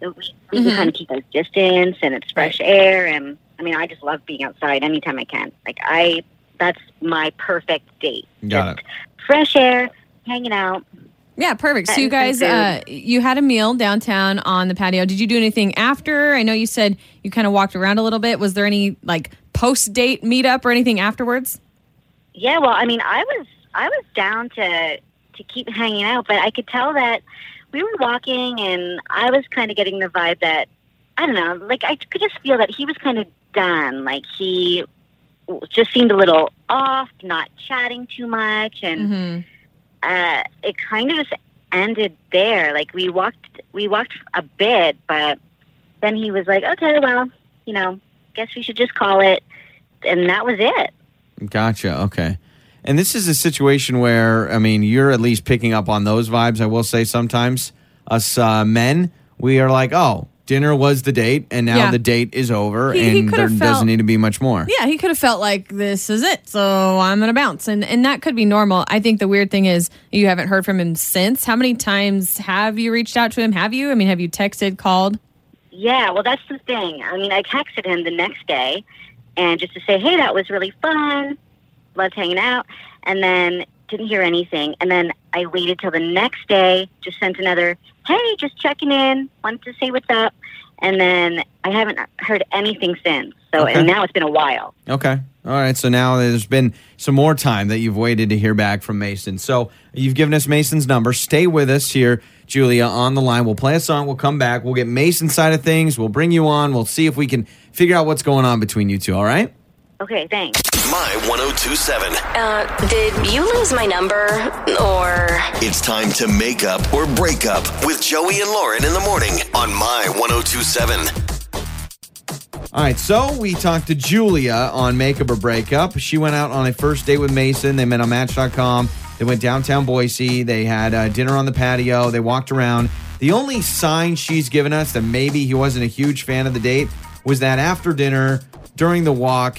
Speaker 7: So we, we
Speaker 4: Mhm.
Speaker 3: Mm-hmm.
Speaker 7: can kind of keep our distance, and it's fresh air. And I mean, I just love being outside anytime I can. Like I, that's my perfect date.
Speaker 3: Got it.
Speaker 7: Fresh air, hanging out.
Speaker 4: Yeah, perfect. So
Speaker 7: That
Speaker 4: you
Speaker 7: is so
Speaker 4: guys,
Speaker 7: good.
Speaker 4: uh, you had a meal downtown on the patio. Did you do anything after? I know you said you kind of walked around a little bit. Was there any like post date meetup or anything afterwards?
Speaker 7: Yeah, well, I mean, I was I was down to to keep hanging out, but I could tell that we were walking, and I was kind of getting the vibe that I don't know, like I could just feel that he was kind of done. Like he w- just seemed a little off, not chatting too much, and
Speaker 4: Mm-hmm.
Speaker 7: uh, it kind of just ended there. Like we walked, we walked a bit, but then he was like, "Okay, well, you know, guess we should just call it," and that was it.
Speaker 3: Gotcha. Okay. And this is a situation where, I mean, you're at least picking up on those vibes. I will say sometimes us uh, men, we are like, oh, dinner was the date, and now
Speaker 4: Yeah.
Speaker 3: the date is over,
Speaker 4: He- he
Speaker 3: and
Speaker 4: could
Speaker 3: there
Speaker 4: have felt-
Speaker 3: doesn't need to be much more.
Speaker 4: Yeah, he could have felt like this is it, so I'm gonna bounce, and and that could be normal. I think the weird thing is you haven't heard from him since. How many times have you reached out to him? Have you? I mean, have you texted, called?
Speaker 7: Yeah, well, that's the thing. I mean, I texted him the next day and just to say, hey, that was really fun. Loved hanging out. And then didn't hear anything. And then I waited till the next day, just sent another, hey, just checking in, wanted to say what's up. And then I haven't heard anything since. So,
Speaker 3: Okay.
Speaker 7: and now it's been a while.
Speaker 3: Okay. All right. So now there's been some more time that you've waited to hear back from Mason. So you've given us Mason's number. Stay with us here, Julia, on the line. We'll play a song. We'll come back. We'll get Mason's side of things. We'll bring you on. We'll see if we can figure out what's going on between you two. All right.
Speaker 7: Okay, thanks.
Speaker 5: My 1027.
Speaker 1: uh, did you lose my number? Or
Speaker 5: It's time to make up or break up with Joey and Lauren in the morning on My 1027.
Speaker 3: All right. So we talked to Julia on Makeup or Breakup. She went out on a first date with Mason. They met on Match.com. They went downtown Boise. They had uh, dinner on the patio. They walked around. The only sign she's given us that maybe he wasn't a huge fan of the date was that after dinner, during the walk,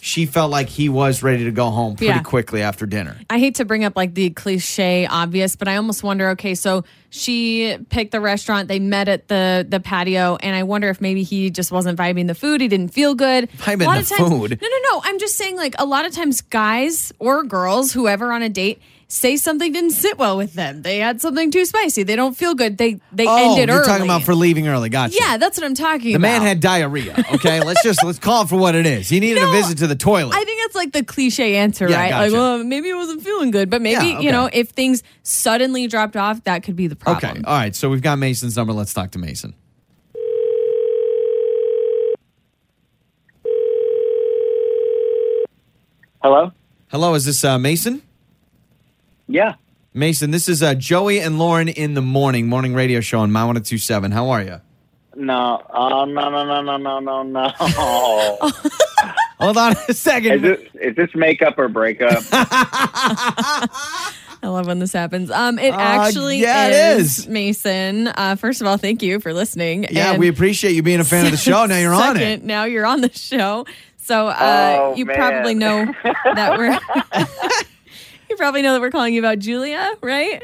Speaker 3: she felt like he was ready to go home pretty
Speaker 4: Yeah.
Speaker 3: quickly after dinner.
Speaker 4: I hate to bring up like the cliche obvious, but I almost wonder. Okay, so she picked the restaurant. They met at the the patio, and I wonder if maybe he just wasn't vibing the food. He didn't feel good.
Speaker 3: Vibing
Speaker 4: a lot
Speaker 3: the
Speaker 4: of times,
Speaker 3: food.
Speaker 4: No, no, no. I'm just saying, like a lot of times, guys or girls, whoever on a date. Say something didn't sit well with them. They had something too spicy. They don't feel good. They they
Speaker 3: oh,
Speaker 4: ended
Speaker 3: you're
Speaker 4: early.
Speaker 3: talking about for leaving early. Gotcha.
Speaker 4: yeah, that's what I'm talking
Speaker 3: The
Speaker 4: about.
Speaker 3: man had diarrhea. Okay, let's just let's call it for what it is. He needed a
Speaker 4: No,
Speaker 3: visit to the toilet.
Speaker 4: I think that's like the cliche answer,
Speaker 3: Yeah,
Speaker 4: right?
Speaker 3: gotcha.
Speaker 4: Like, well, maybe I wasn't feeling good, but maybe,
Speaker 3: Yeah, okay.
Speaker 4: you know, if things suddenly dropped off, that could be the problem.
Speaker 3: Okay. uh All right. So we've got Mason's number. Let's talk to Mason.
Speaker 6: Hello?
Speaker 3: Hello. Is this uh, Mason?
Speaker 6: Yeah.
Speaker 3: Mason, this is uh, Joey and Lauren in the morning, morning radio show on My 1027. How are you?
Speaker 6: No. Oh, no, no, no, no, no, no, no.
Speaker 3: Hold on a
Speaker 6: is,
Speaker 3: second.
Speaker 6: this, is this makeup or breakup?
Speaker 4: I love when this happens. Um, it
Speaker 3: Uh,
Speaker 4: actually
Speaker 3: yeah, it
Speaker 4: is,
Speaker 3: is.
Speaker 4: Mason. Uh, first of all, thank you for listening.
Speaker 3: yeah,
Speaker 4: And
Speaker 3: we appreciate you being a fan of the show. Now you're on
Speaker 4: second,
Speaker 3: it.
Speaker 4: Now you're on the show. So uh,
Speaker 6: Oh,
Speaker 4: you
Speaker 6: man.
Speaker 4: probably know that we're. you probably know that we're calling you about Julia, right?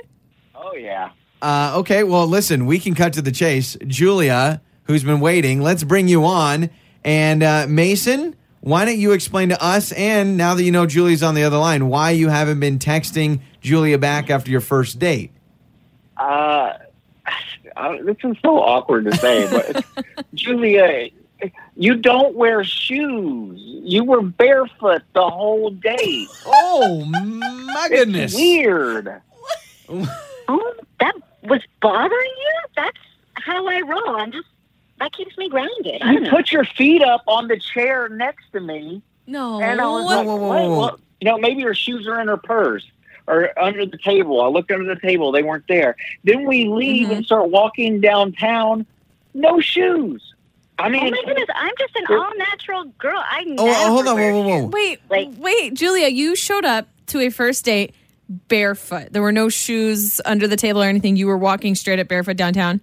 Speaker 6: oh, yeah.
Speaker 3: Uh, okay. Well, listen, we can cut to the chase. Julia, who's been waiting, let's bring you on. And uh, Mason, why don't you explain to us, and now that you know Julia's on the other line, why you haven't been texting Julia back after your first date?
Speaker 6: Uh, I- this is so awkward to say, but Julia, you don't wear shoes. You were barefoot the whole day.
Speaker 3: Oh, my goodness.
Speaker 6: Weird.
Speaker 7: Oh, that was bothering you? That's how I roll. I'm just, that keeps me grounded. I don't
Speaker 6: You
Speaker 7: know.
Speaker 6: put your feet up on the chair next to me,
Speaker 4: No.
Speaker 6: and I was like,
Speaker 3: whoa, whoa,
Speaker 6: "Wait,
Speaker 3: whoa.
Speaker 6: what?" you know, maybe her shoes are in her purse or under the table. I looked under the table; they weren't there. Then we leave
Speaker 2: Mm-hmm.
Speaker 4: Mhm.
Speaker 6: and start walking downtown. No shoes. I
Speaker 7: Oh
Speaker 6: mean,
Speaker 7: my goodness, I'm just an
Speaker 6: There-
Speaker 7: all natural girl. I never
Speaker 3: Oh, oh, hold on.
Speaker 7: wear
Speaker 3: Whoa, whoa, whoa.
Speaker 4: Wait,
Speaker 7: Like-
Speaker 4: wait, Julia, you showed up to a first date barefoot. There were no shoes under the table or anything. You were walking straight up barefoot downtown.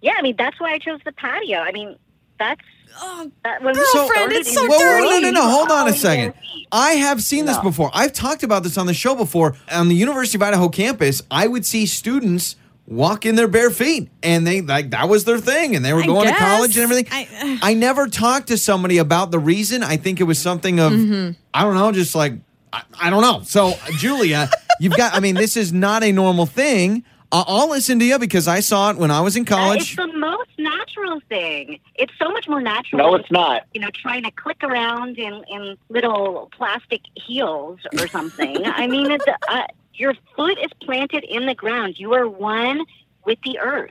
Speaker 7: Yeah, I mean that's why I chose the patio. I mean, that's
Speaker 4: Oh,
Speaker 7: that was
Speaker 4: So- Girlfriend, it's so
Speaker 3: whoa, whoa, No, no,
Speaker 4: dirty.
Speaker 3: no. Hold on a
Speaker 7: Always
Speaker 3: second.
Speaker 7: bare feet.
Speaker 3: I have seen this
Speaker 6: No.
Speaker 3: before. I've talked about this on the show before. On the University of Idaho campus, I would see students walk in their bare feet, and they like that was their thing, and they were
Speaker 4: I
Speaker 3: going
Speaker 4: guess.
Speaker 3: to college and everything.
Speaker 4: I- uh,
Speaker 3: I never talked to somebody about the reason. I think it was something of
Speaker 4: Mm-hmm.
Speaker 3: I don't know, just like I, I don't know. So uh, Julia, you've got. I mean, this is not a normal thing. I- I'll listen to you because I saw it when I was in
Speaker 7: That
Speaker 3: college.
Speaker 7: is the most natural thing. It's so much more natural.
Speaker 6: no,
Speaker 7: than,
Speaker 6: it's not.
Speaker 7: You know, trying to click around in in little plastic heels or something. I mean, it's, uh, your foot is planted in the ground. You are one with the earth.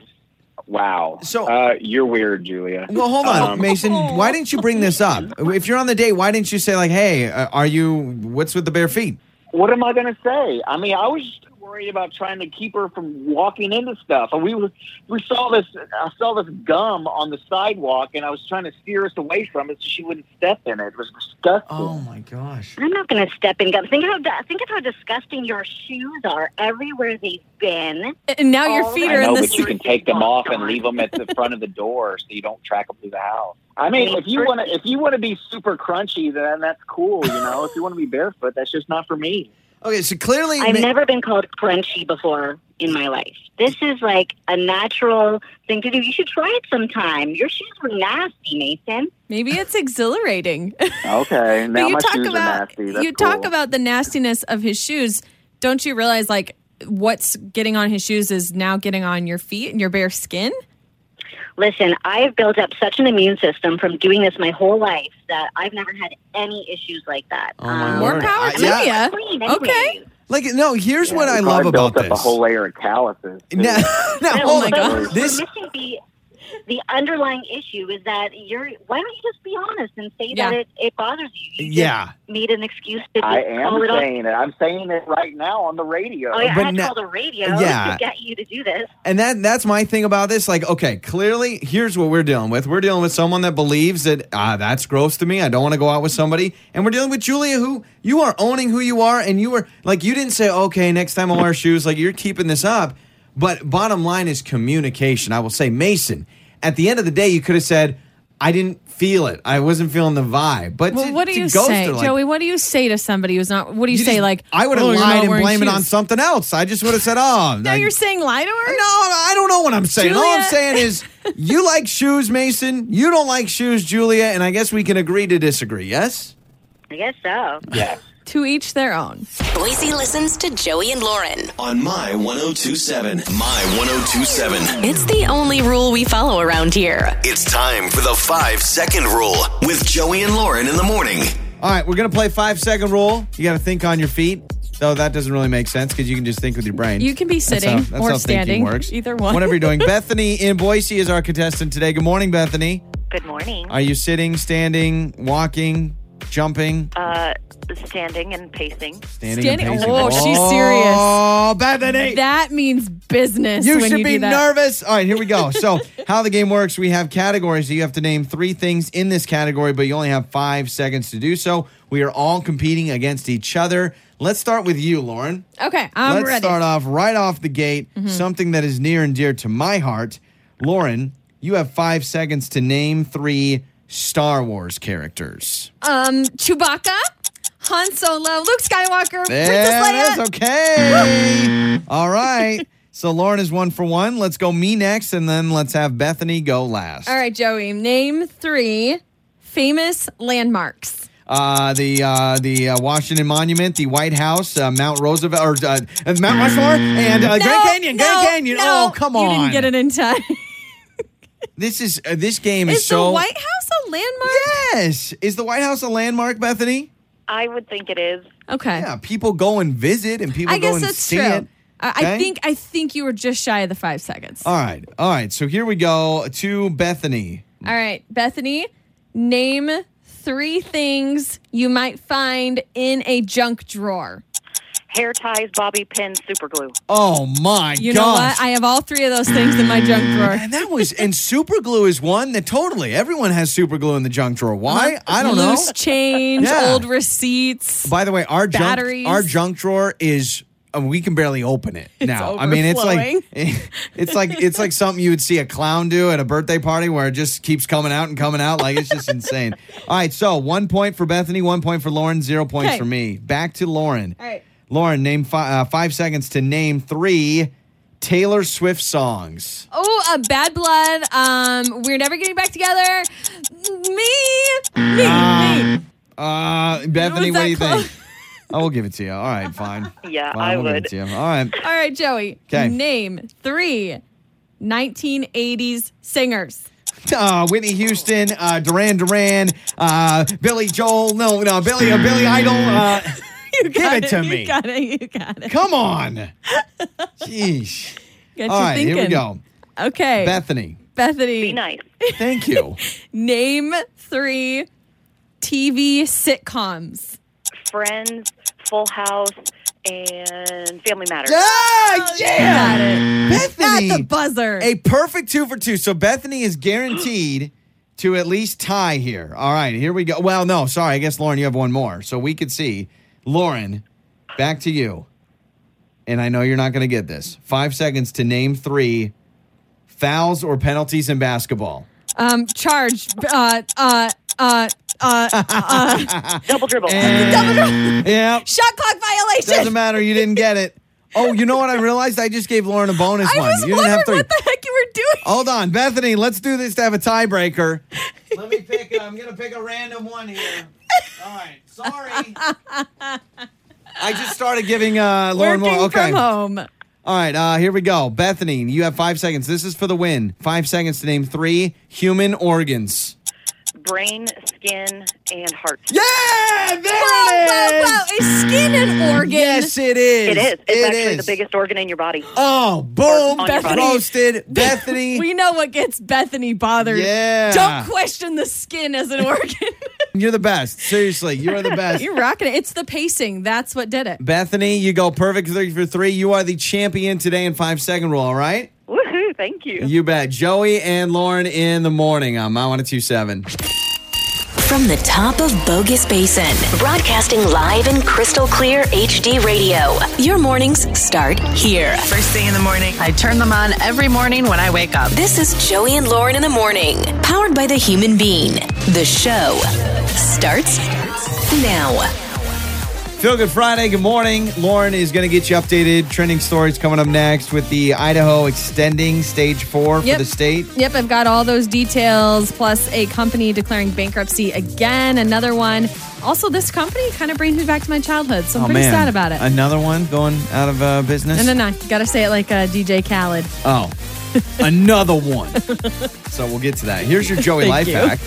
Speaker 6: Wow.
Speaker 3: So-
Speaker 6: uh, you're weird, Julia.
Speaker 3: Well, hold on,
Speaker 6: Um,
Speaker 3: Mason. Why didn't you bring this up? If you're on the date, why didn't you say like, "Hey, uh, are you? What's with the bare feet?"
Speaker 6: What am I going to say? I mean, I was just worried about trying to keep her from walking into stuff, and we was- we saw this. I saw this gum on the sidewalk, and I was trying to steer us away from it so she wouldn't step in it. It was disgusting.
Speaker 2: Oh
Speaker 3: my gosh.
Speaker 7: I'm not going to step in gum. Think how think of how disgusting your shoes are everywhere they've been.
Speaker 4: and now your
Speaker 7: Oh,
Speaker 4: feet
Speaker 7: I
Speaker 4: are
Speaker 6: I
Speaker 4: in
Speaker 6: know,
Speaker 4: the
Speaker 6: but you
Speaker 4: street.
Speaker 6: can take them off and leave them at the front of the door so you don't track them through the house. I mean, if you want to, if you want to be super crunchy, then that's cool. You know, if you want to be barefoot, that's just not for me.
Speaker 3: Okay, so clearly,
Speaker 7: I've
Speaker 3: Ma-
Speaker 7: never been called crunchy before in my life. This is like a natural thing to do. You should try it sometime. Your shoes were nasty, Mason.
Speaker 4: Maybe it's exhilarating.
Speaker 6: Okay,
Speaker 4: But
Speaker 6: now
Speaker 4: you
Speaker 6: my
Speaker 4: talk
Speaker 6: shoes are
Speaker 4: about
Speaker 6: nasty. That's
Speaker 4: you talk
Speaker 6: cool.
Speaker 4: about the nastiness of his shoes. Don't you realize like what's getting on his shoes is now getting on your feet and your bare skin?
Speaker 7: Listen, I've built up such an immune system from doing this my whole life that I've never had any issues like that. Um,
Speaker 3: Oh, my
Speaker 4: More
Speaker 3: Word.
Speaker 4: power
Speaker 3: I-
Speaker 4: to
Speaker 3: yeah.
Speaker 4: ya.
Speaker 7: Clean,
Speaker 4: Okay.
Speaker 7: anyways.
Speaker 3: like, no. Here's
Speaker 6: Yeah,
Speaker 3: what I
Speaker 6: we
Speaker 3: love
Speaker 6: probably built
Speaker 3: about this.
Speaker 6: up a whole layer of calluses. too.
Speaker 3: no, no,
Speaker 7: No,
Speaker 3: hold
Speaker 4: my
Speaker 3: on.
Speaker 4: gosh.
Speaker 3: Oh This
Speaker 7: We're missing the the underlying issue is that you're. Why don't you just be honest and say
Speaker 4: Yeah.
Speaker 7: that it, it bothers you? you just
Speaker 3: Yeah.
Speaker 7: Made an excuse to just
Speaker 6: I am
Speaker 7: call it off.
Speaker 6: saying it. I'm saying it right now on the radio.
Speaker 7: Oh, yeah,
Speaker 3: But
Speaker 7: I had
Speaker 3: no-
Speaker 7: called the radio
Speaker 3: Yeah.
Speaker 7: to get you to do this.
Speaker 3: And that that's my thing about this. Like, okay, clearly, here's what we're dealing with. We're dealing with someone that believes that ah, that's gross to me. I don't want to go out with somebody. And we're dealing with Julia, who you are owning who you are, and you were like, you didn't say, okay, next time I'll wear shoes. Like, you're keeping this up. But bottom line is communication. I will say, Mason. At the end of the day, you could have said, I didn't feel it. I wasn't feeling the vibe. But
Speaker 4: Well,
Speaker 3: to-
Speaker 4: what do
Speaker 3: to
Speaker 4: you
Speaker 3: ghost
Speaker 4: say,
Speaker 3: her, like,
Speaker 4: Joey? What do you say to somebody who's not? What do you, say?
Speaker 3: just-
Speaker 4: like
Speaker 3: I would have
Speaker 4: "Oh, you're not
Speaker 3: lied and
Speaker 4: wearing
Speaker 3: blamed it on
Speaker 4: shoes."
Speaker 3: something else. I just would have said, oh,
Speaker 4: Now
Speaker 3: like-
Speaker 4: you're saying lie to her?
Speaker 3: no, I don't know what I'm saying. All I'm
Speaker 4: Julia-
Speaker 3: saying is you like shoes, Mason. You don't like shoes, Julia, and I guess we can agree to disagree. Yes?
Speaker 7: I guess so.
Speaker 4: To each their own.
Speaker 1: Boise listens to Joey and Lauren.
Speaker 5: On My 1027. My 1027.
Speaker 1: It's the only rule we follow around here.
Speaker 5: It's time for the five second rule with Joey and Lauren in the morning.
Speaker 3: All right, we're gonna play five second rule. You got to think on your feet. Though that doesn't really make sense because you can just think with your brain.
Speaker 4: You can be sitting
Speaker 3: that's how, that's
Speaker 4: or
Speaker 3: how
Speaker 4: standing.
Speaker 3: Thinking works.
Speaker 4: Either one.
Speaker 3: Whatever you're doing. Bethany in Boise is our contestant today. Good morning, Bethany.
Speaker 8: Good morning.
Speaker 3: Are you sitting, standing, walking, jumping,
Speaker 8: Uh, standing and pacing.
Speaker 3: standing?
Speaker 4: Standing-
Speaker 3: and pacing?
Speaker 4: Oh, she's serious.
Speaker 3: Oh, Bethany.
Speaker 4: That means business.
Speaker 3: you
Speaker 4: when
Speaker 3: should
Speaker 4: you
Speaker 3: be
Speaker 4: do that.
Speaker 3: nervous. All right, here we go. So, how the game works, we have categories. You have to name three things in this category, but you only have five seconds to do so. We are all competing against each other. Let's start with you, Lauren.
Speaker 4: Okay, I'm
Speaker 3: Let's
Speaker 4: ready. Mm-hmm.
Speaker 3: start off right off the gate. Something that is near and dear to my heart. Lauren, you have five seconds to name three Star Wars characters.
Speaker 4: Um, Chewbacca, Han Solo, Luke Skywalker, Princess
Speaker 3: There
Speaker 4: Leia.
Speaker 3: it is. Okay. All right. So Lauren is one for one. Let's go me next, and then let's have Bethany go last.
Speaker 4: All right, Joey, name three famous landmarks.
Speaker 3: Uh, the uh, the uh, Washington Monument, the White House, uh, Mount Roosevelt, or uh, Mount Rushmore, and uh, Grand
Speaker 4: No,
Speaker 3: Canyon. Grand
Speaker 4: no,
Speaker 3: Canyon.
Speaker 4: no,
Speaker 3: oh, come
Speaker 4: You
Speaker 3: on.
Speaker 4: didn't get it in time.
Speaker 3: This is uh, this game is,
Speaker 4: Is
Speaker 3: so.
Speaker 4: the White House a landmark?
Speaker 3: yes. Is the White House a landmark, Bethany?
Speaker 8: I would think it is.
Speaker 4: Okay.
Speaker 3: Yeah. People go and visit, and people
Speaker 4: I
Speaker 3: go
Speaker 4: guess
Speaker 3: and
Speaker 4: that's
Speaker 3: see
Speaker 4: true.
Speaker 3: it.
Speaker 4: I, I
Speaker 3: Okay?
Speaker 4: think I think you were just shy of the five seconds.
Speaker 3: All right. All right. So here we go to Bethany.
Speaker 4: All right, Bethany, name three things you might find in a junk drawer.
Speaker 8: Hair ties, bobby pins, super glue.
Speaker 3: Oh my
Speaker 4: You know
Speaker 3: gosh.
Speaker 4: what? I have all three of those things in my junk drawer.
Speaker 3: and that was and super glue is one that totally everyone has super glue in the junk drawer. Why? I don't know.
Speaker 4: Loose change,
Speaker 3: Yeah.
Speaker 4: old receipts.
Speaker 3: By the way, our junk
Speaker 4: Batteries.
Speaker 3: our junk drawer is uh, we can barely open it now. I mean, it's like it's like it's like something you would see a clown do at a birthday party where it just keeps coming out and coming out like it's just insane. All right, so one point for Bethany, one point for Lauren, zero points
Speaker 4: Okay.
Speaker 3: for me. Back to Lauren.
Speaker 4: All right.
Speaker 3: Lauren, name fi- uh, five seconds to name three Taylor Swift songs.
Speaker 4: Oh, a bad blood. Um, we're never getting back together. Me, me, me.
Speaker 3: Uh, Ah, Bethany, what
Speaker 4: that
Speaker 3: do you
Speaker 4: close.
Speaker 3: think? I will give it to you. All right, fine.
Speaker 8: Yeah,
Speaker 3: Fine,
Speaker 8: I
Speaker 3: we'll Give
Speaker 8: would.
Speaker 3: it to you. All right.
Speaker 4: All right, Joey.
Speaker 3: 'Kay.
Speaker 4: Name three 1980s singers.
Speaker 3: uh, Whitney Houston, uh, Duran Duran, uh, Billy Joel, no, no, Billy, uh, Billy Idol. Uh,
Speaker 4: You
Speaker 3: Give
Speaker 4: got
Speaker 3: it to
Speaker 4: you
Speaker 3: me.
Speaker 4: got it. You got it.
Speaker 3: come on. Jeez.
Speaker 4: Got
Speaker 3: All
Speaker 4: you
Speaker 3: right,
Speaker 4: thinking.
Speaker 3: here we go.
Speaker 4: Okay,
Speaker 3: Bethany,
Speaker 4: Bethany.
Speaker 8: Be
Speaker 3: Oh.
Speaker 8: nice.
Speaker 3: thank you.
Speaker 4: Name three TV sitcoms.
Speaker 8: Friends, Full House, and Family Matters.
Speaker 3: yeah,
Speaker 4: Oh, Got
Speaker 3: Ah, yeah.
Speaker 4: it.
Speaker 3: Bethany,
Speaker 4: At the buzzer.
Speaker 3: a perfect two for two. So Bethany is guaranteed to at least tie here. All right, here we go. Well, no, sorry. I guess Lauren, you have one more. So we could see. Lauren, back to you. And I know you're not going to get this. Five seconds to name three fouls or penalties in basketball.
Speaker 4: um, charge. Uh, uh, uh, uh, uh,
Speaker 8: Double dribble.
Speaker 3: Yeah,
Speaker 4: shot clock violation.
Speaker 3: doesn't matter. You didn't get it. Oh, you know what? I realized I just gave Lauren a bonus
Speaker 4: I
Speaker 3: one.
Speaker 4: was
Speaker 3: you didn't
Speaker 4: wondering
Speaker 3: have three. Oh,
Speaker 4: what the heck you were doing.
Speaker 3: Hold on, Bethany. Let's do this to have a tiebreaker. Let me pick. i I'm gonna pick a random one here. All right. Sorry. I just started giving uh, Lauren
Speaker 4: Working
Speaker 3: more. Okay.
Speaker 4: from home.
Speaker 3: All right. Uh, here we go. Bethany, you have five seconds. This is for the win. Five seconds to name three human organs.
Speaker 8: Brain, skin, and heart.
Speaker 3: Yeah, there
Speaker 4: Whoa,
Speaker 3: it
Speaker 4: whoa,
Speaker 3: is.
Speaker 4: whoa. Is skin an organ?
Speaker 3: Yes, it is.
Speaker 8: It is. It's
Speaker 3: It
Speaker 8: actually
Speaker 3: is.
Speaker 8: the biggest organ in your body.
Speaker 3: Oh, boom!
Speaker 8: on your body.
Speaker 3: Roasted, Bethany.
Speaker 4: We know what gets Bethany bothered.
Speaker 3: Yeah.
Speaker 4: Don't question the skin as an organ.
Speaker 3: You're the best. Seriously, you are the best.
Speaker 4: You're rocking it. It's the pacing. That's what did it.
Speaker 3: Bethany, you go perfect three for three. You are the champion today in five second rule, all right?
Speaker 8: Woohoo! Thank you.
Speaker 3: You bet. Joey and Lauren in the morning on My One Two Seven.
Speaker 1: From the top of Bogus Basin, broadcasting live in crystal clear HD radio. Your mornings start here.
Speaker 2: First thing in the morning, I turn them on every morning when I wake up.
Speaker 1: This is Joey and Lauren in the morning, powered by the human being. The show starts now.
Speaker 3: Feel Good Friday, good morning. Lauren is going to get you updated. Trending stories coming up next with the Idaho extending stage four
Speaker 4: Yep.
Speaker 3: for the state.
Speaker 4: Yep, I've got all those details, plus a company declaring bankruptcy again, another one. Also, this company kind of brings me back to my childhood,
Speaker 3: Oh,
Speaker 4: so I'm pretty sad about it.
Speaker 3: Another one going out of uh, business?
Speaker 4: no, no, no. You got to say it like uh, DJ Khaled.
Speaker 3: Oh, another one. so we'll get to that. Here's your Joey life hack.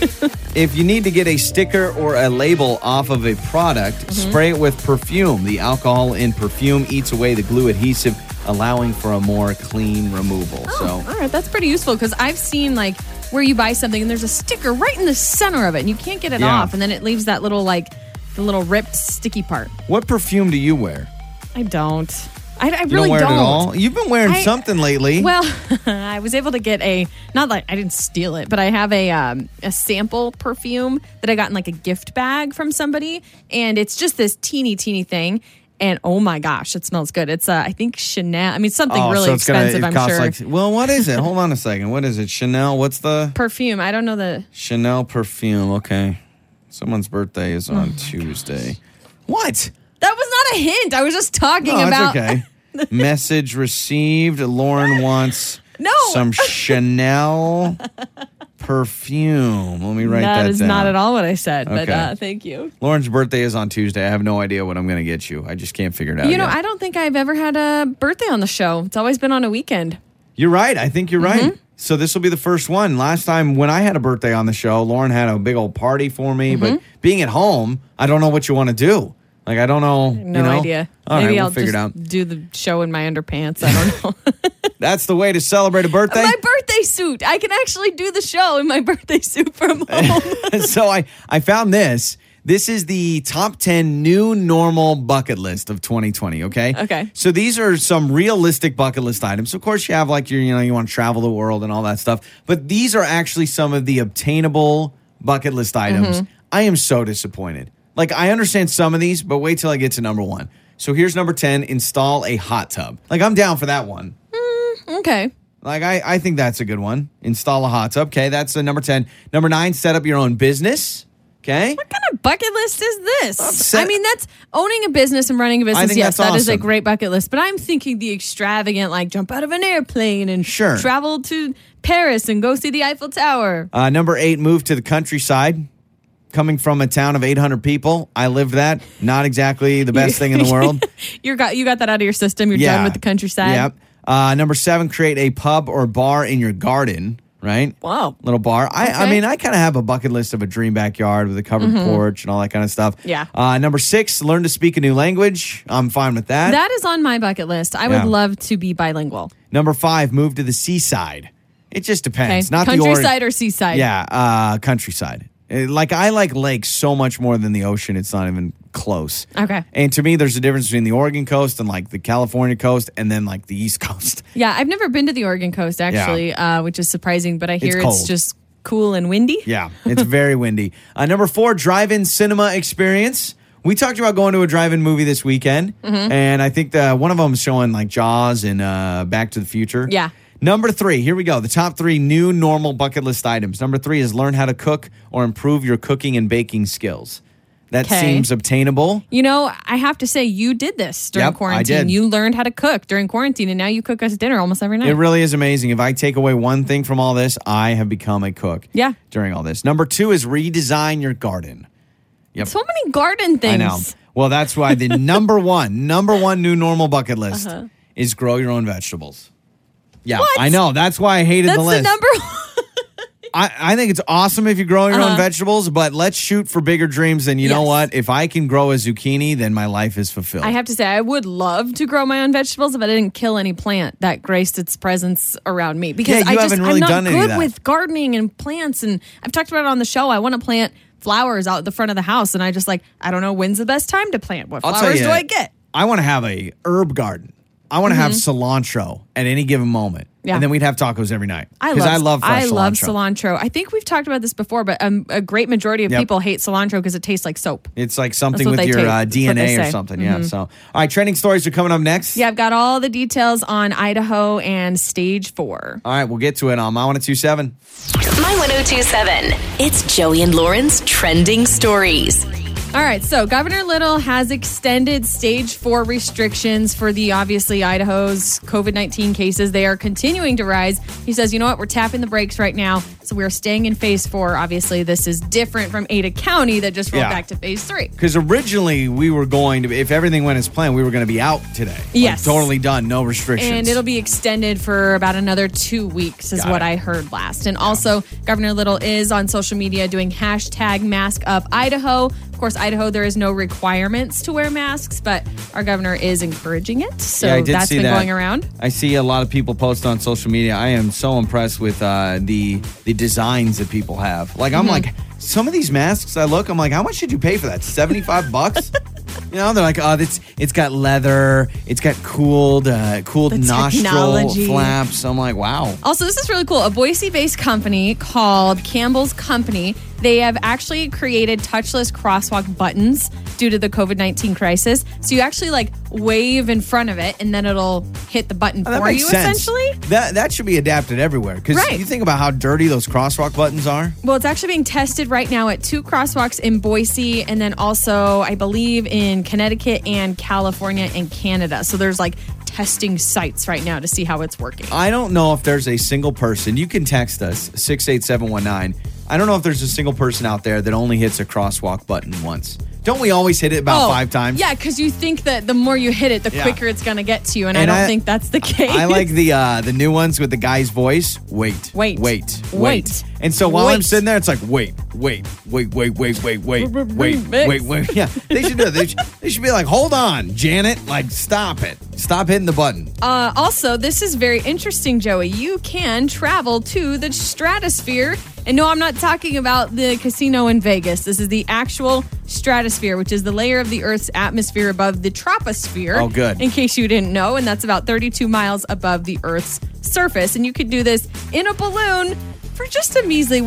Speaker 3: If you need to get a sticker or a label off of a product,
Speaker 4: Mm-hmm.
Speaker 3: spray it with perfume. The alcohol in perfume eats away the glue adhesive, allowing for a more clean removal.
Speaker 4: Oh, All right, that's pretty useful because I've seen like where you buy something and there's a sticker right in the center of it and you can't get it
Speaker 3: Yeah.
Speaker 4: off, and then it leaves that little like the little ripped sticky part.
Speaker 3: So, what perfume do you wear?
Speaker 4: I don't. I, I
Speaker 3: You don't
Speaker 4: really
Speaker 3: wear
Speaker 4: don't.
Speaker 3: it at all. You've been wearing
Speaker 4: I-
Speaker 3: something lately.
Speaker 4: Well, I was able to get a not like I didn't steal it, but I have a um, a sample perfume that I got in like a gift bag from somebody, and it's just this teeny teeny thing. And oh my gosh, it smells good. It's uh, I think Chanel. I mean something
Speaker 3: Oh,
Speaker 4: really
Speaker 3: so it's gonna-
Speaker 4: expensive.
Speaker 3: it
Speaker 4: I'm
Speaker 3: costs
Speaker 4: sure.
Speaker 3: like- well, what is it? Hold on a second. What is it? Chanel. What's the
Speaker 4: perfume. I don't know the.
Speaker 3: Chanel perfume? Okay, someone's birthday is
Speaker 4: Oh
Speaker 3: on Tuesday. What?
Speaker 4: That was not a hint. I was just talking
Speaker 3: No,
Speaker 4: about.
Speaker 3: it's okay. Message received. Lauren wants
Speaker 4: No.
Speaker 3: some Chanel perfume. Let me write that,
Speaker 4: that is
Speaker 3: down.
Speaker 4: not at all what I said, but
Speaker 3: Okay.
Speaker 4: uh, thank you.
Speaker 3: Lauren's birthday is on Tuesday. I have no idea what I'm going to get you. I just can't figure it out.
Speaker 4: You know,
Speaker 3: yet.
Speaker 4: I don't think I've ever had a birthday on the show. It's always been on a weekend.
Speaker 3: You're right. I think you're
Speaker 4: Mm-hmm.
Speaker 3: right. So this will be the first one. Last time when I had a birthday on the show, Lauren had a big old party for me. But
Speaker 4: Mm-hmm.
Speaker 3: being at home, I don't know what you want to do. Like I don't know.
Speaker 4: No
Speaker 3: you know?
Speaker 4: idea.
Speaker 3: All
Speaker 4: Maybe
Speaker 3: right, we'll
Speaker 4: I'll
Speaker 3: figure
Speaker 4: just
Speaker 3: it out.
Speaker 4: do the show in my underpants. I don't know.
Speaker 3: That's the way to celebrate a birthday.
Speaker 4: my birthday suit. I can actually do the show in my birthday suit from home.
Speaker 3: so I, I found this. This is the top 10 new normal bucket list of 2020, okay?
Speaker 4: Okay.
Speaker 3: So these are some realistic bucket list items. Of course, you have like your, you know, you want to travel the world and all that stuff, but these are actually some of the obtainable bucket list items. I am so disappointed. Like, I understand some of these, but wait till I get to number one. So here's number 10 install a hot tub. Like, I'm down for that one.
Speaker 4: okay.
Speaker 3: Like I, I think that's a good one. Install a hot tub. Okay, that's the number ten. Number nine, set up your own business. Okay,
Speaker 4: What kind of bucket list is this?
Speaker 3: set-
Speaker 4: I mean, that's owning a business and running a business.
Speaker 3: think
Speaker 4: yes,
Speaker 3: that's
Speaker 4: that is a
Speaker 3: awesome.
Speaker 4: great bucket list. But I'm thinking the extravagant, like jump out of an airplane and
Speaker 3: Sure.
Speaker 4: travel to Paris and go see the Eiffel Tower.
Speaker 3: uh, number eight, move to the countryside. Coming from a town of 800 people, I lived that. Not exactly the best thing in the world.
Speaker 4: you got you got that out of your system. You're done with the countryside.
Speaker 3: Yep. Uh, number seven, create a pub or bar in your garden. Right.
Speaker 4: Wow.
Speaker 3: Little bar. I, I
Speaker 4: Okay. Mm-hmm.
Speaker 3: mean, I kind of have a bucket list of a dream backyard with a covered porch and all that kind of stuff.
Speaker 4: Yeah.
Speaker 3: Uh, number six, learn to speak a new language. I'm fine with that.
Speaker 4: That is on my bucket list. I
Speaker 3: Yeah.
Speaker 4: would love to be bilingual.
Speaker 3: Number five, move to the seaside. It just
Speaker 4: Okay.
Speaker 3: depends. Not
Speaker 4: countryside
Speaker 3: the
Speaker 4: or seaside.
Speaker 3: yeah, uh, countryside. Eh, Like I like lakes so much more than the ocean. It's not even close.
Speaker 4: Okay.
Speaker 3: And to me, there's a difference between the Oregon coast and like the California coast, and then like the East Coast.
Speaker 4: Yeah, I've never been to the Oregon coast actually, uh, which is surprising, but I hear it's,
Speaker 3: cold.
Speaker 4: just cool and windy.
Speaker 3: Yeah, it's very windy. Uh, number four, drive-in cinema experience. We talked about going to a drive-in movie this weekend,
Speaker 4: Mm-hmm.
Speaker 3: and I think the, one of them showing like Jaws and uh, Back to the Future.
Speaker 4: Yeah.
Speaker 3: Number three, here we go. The top three new normal bucket list items. Number three is learn how to cook or improve your cooking and baking skills. That
Speaker 4: Okay.
Speaker 3: seems obtainable.
Speaker 4: You know, I have to say you did this during
Speaker 3: Yep, I
Speaker 4: quarantine.
Speaker 3: did.
Speaker 4: You learned how to cook during quarantine and now you cook us dinner almost every night.
Speaker 3: It really is amazing. If I take away one thing from all this, I have become a cook.
Speaker 4: Yeah.
Speaker 3: During all this. Number two is redesign your garden.
Speaker 4: so many garden things.
Speaker 3: I know. Well, that's why the number one, number one new normal bucket list
Speaker 4: Uh-huh.
Speaker 3: is grow your own vegetables. Yeah, I know. That's why I hated
Speaker 4: That's
Speaker 3: the
Speaker 4: the,
Speaker 3: list.
Speaker 4: number one.
Speaker 3: I, I think it's awesome if you grow your own vegetables, but let's shoot for bigger dreams. And you know
Speaker 4: Uh-huh. Yes.
Speaker 3: what? If I can grow a zucchini, then my life is fulfilled.
Speaker 4: I have to say I would love to grow my own vegetables if I didn't kill any plant that graced its presence around me. Because
Speaker 3: Yeah, you
Speaker 4: I just
Speaker 3: haven't really
Speaker 4: I'm not
Speaker 3: done any of
Speaker 4: good
Speaker 3: that.
Speaker 4: with gardening and plants and I've talked about it on the show. I want to plant flowers out the front of the house and I just like I don't know when's the best time to plant. What
Speaker 3: I'll tell
Speaker 4: flowers
Speaker 3: you,
Speaker 4: do I get? Mm-hmm.
Speaker 3: I want to have a herb garden. I want to have cilantro at any given moment.
Speaker 4: Yeah.
Speaker 3: And then we'd have tacos every night.
Speaker 4: I
Speaker 3: Because
Speaker 4: love,
Speaker 3: I love fresh
Speaker 4: I love cilantro. I think we've talked about this before, but um, a great majority of
Speaker 3: Yep.
Speaker 4: people hate cilantro because it tastes like soap.
Speaker 3: It's like something
Speaker 4: what
Speaker 3: with
Speaker 4: they
Speaker 3: your
Speaker 4: take.
Speaker 3: uh,
Speaker 4: That's what they
Speaker 3: DNA or
Speaker 4: say. Mm-hmm.
Speaker 3: something. Yeah. So, all right, trending stories are coming up next.
Speaker 4: Yeah, I've got all the details on Idaho and stage four.
Speaker 3: All right, we'll get to it on My 1027.
Speaker 1: My 1027. It's Joey and Lauren's trending stories.
Speaker 4: All right, so Governor Little has extended stage four restrictions for the obviously Idaho's COVID 19 cases. They are continuing to rise. He says, you know what, we're tapping the brakes right now. So we're staying in phase four. Obviously, this is different from Ada County that just rolled
Speaker 3: Yeah.
Speaker 4: back to phase three.
Speaker 3: Because originally we were going to, if everything went as planned, we were going to be out today. Like,
Speaker 4: Yes.
Speaker 3: totally done, no restrictions.
Speaker 4: And it'll be extended for about another two weeks, is
Speaker 3: Got
Speaker 4: what
Speaker 3: it.
Speaker 4: I heard last. And also, Governor Little is on social media doing hashtag mask up Idaho. Of course, Idaho, there is no requirements to wear masks, but our governor is encouraging it. So
Speaker 3: Yeah, I
Speaker 4: that's
Speaker 3: did see
Speaker 4: been
Speaker 3: that.
Speaker 4: going around.
Speaker 3: I see a lot of people post on social media. I am so impressed with uh, the the designs that people have. Like I'm
Speaker 4: Mm-hmm.
Speaker 3: like some of these masks. I look. I'm like, how much did you pay for that? Seventy five bucks. You know, they're like, oh, it's it's got leather, it's got cooled, uh, cooled
Speaker 4: The
Speaker 3: nostril
Speaker 4: technology.
Speaker 3: flaps. I'm like, wow.
Speaker 4: Also, this is really cool. A Boise based company called Campbell's Company. They have actually created touchless crosswalk buttons due to the COVID 19 crisis. So you actually like wave in front of it and then it'll hit the button
Speaker 3: Oh, That
Speaker 4: for
Speaker 3: makes
Speaker 4: you
Speaker 3: sense.
Speaker 4: essentially.
Speaker 3: that that should be adapted everywhere because
Speaker 4: Right.
Speaker 3: you think about how dirty those crosswalk buttons are.
Speaker 4: Well, it's actually being tested right now at two crosswalks in Boise and then also, I believe, in Connecticut and California and Canada. So there's like testing sites right now to see how it's working.
Speaker 3: I don't know if there's a single person. You can text us 68719. I don't know if there's a single person out there that only hits a crosswalk button once. Don't we always hit it about
Speaker 4: Oh,
Speaker 3: five times?
Speaker 4: Yeah, because you think that the more you hit it, the
Speaker 3: Yeah.
Speaker 4: quicker it's going to get to you. And,
Speaker 3: And
Speaker 4: I don't
Speaker 3: I-
Speaker 4: think that's the case.
Speaker 3: I like the uh, the new ones with the guy's voice. Wait,
Speaker 4: Wait.
Speaker 3: wait, wait.
Speaker 4: Wait.
Speaker 3: And so while I'm
Speaker 4: Wait.
Speaker 3: sitting there, it's like wait, wait, wait, wait, wait, wait, wait, wait,
Speaker 4: Remix.
Speaker 3: wait, wait. Yeah, they should do it. They should, they should be like, hold on, Janet, like stop it, stop hitting the button.
Speaker 4: Uh, also, this is very interesting, Joey. You can travel to the stratosphere. And no, I'm not talking about the casino in Vegas. This is the actual stratosphere, which is the layer of the Earth's atmosphere above the troposphere.
Speaker 3: Oh, good.
Speaker 4: In case you didn't know. And that's about 32 miles above the Earth's surface. And you could do this in a balloon for just a measly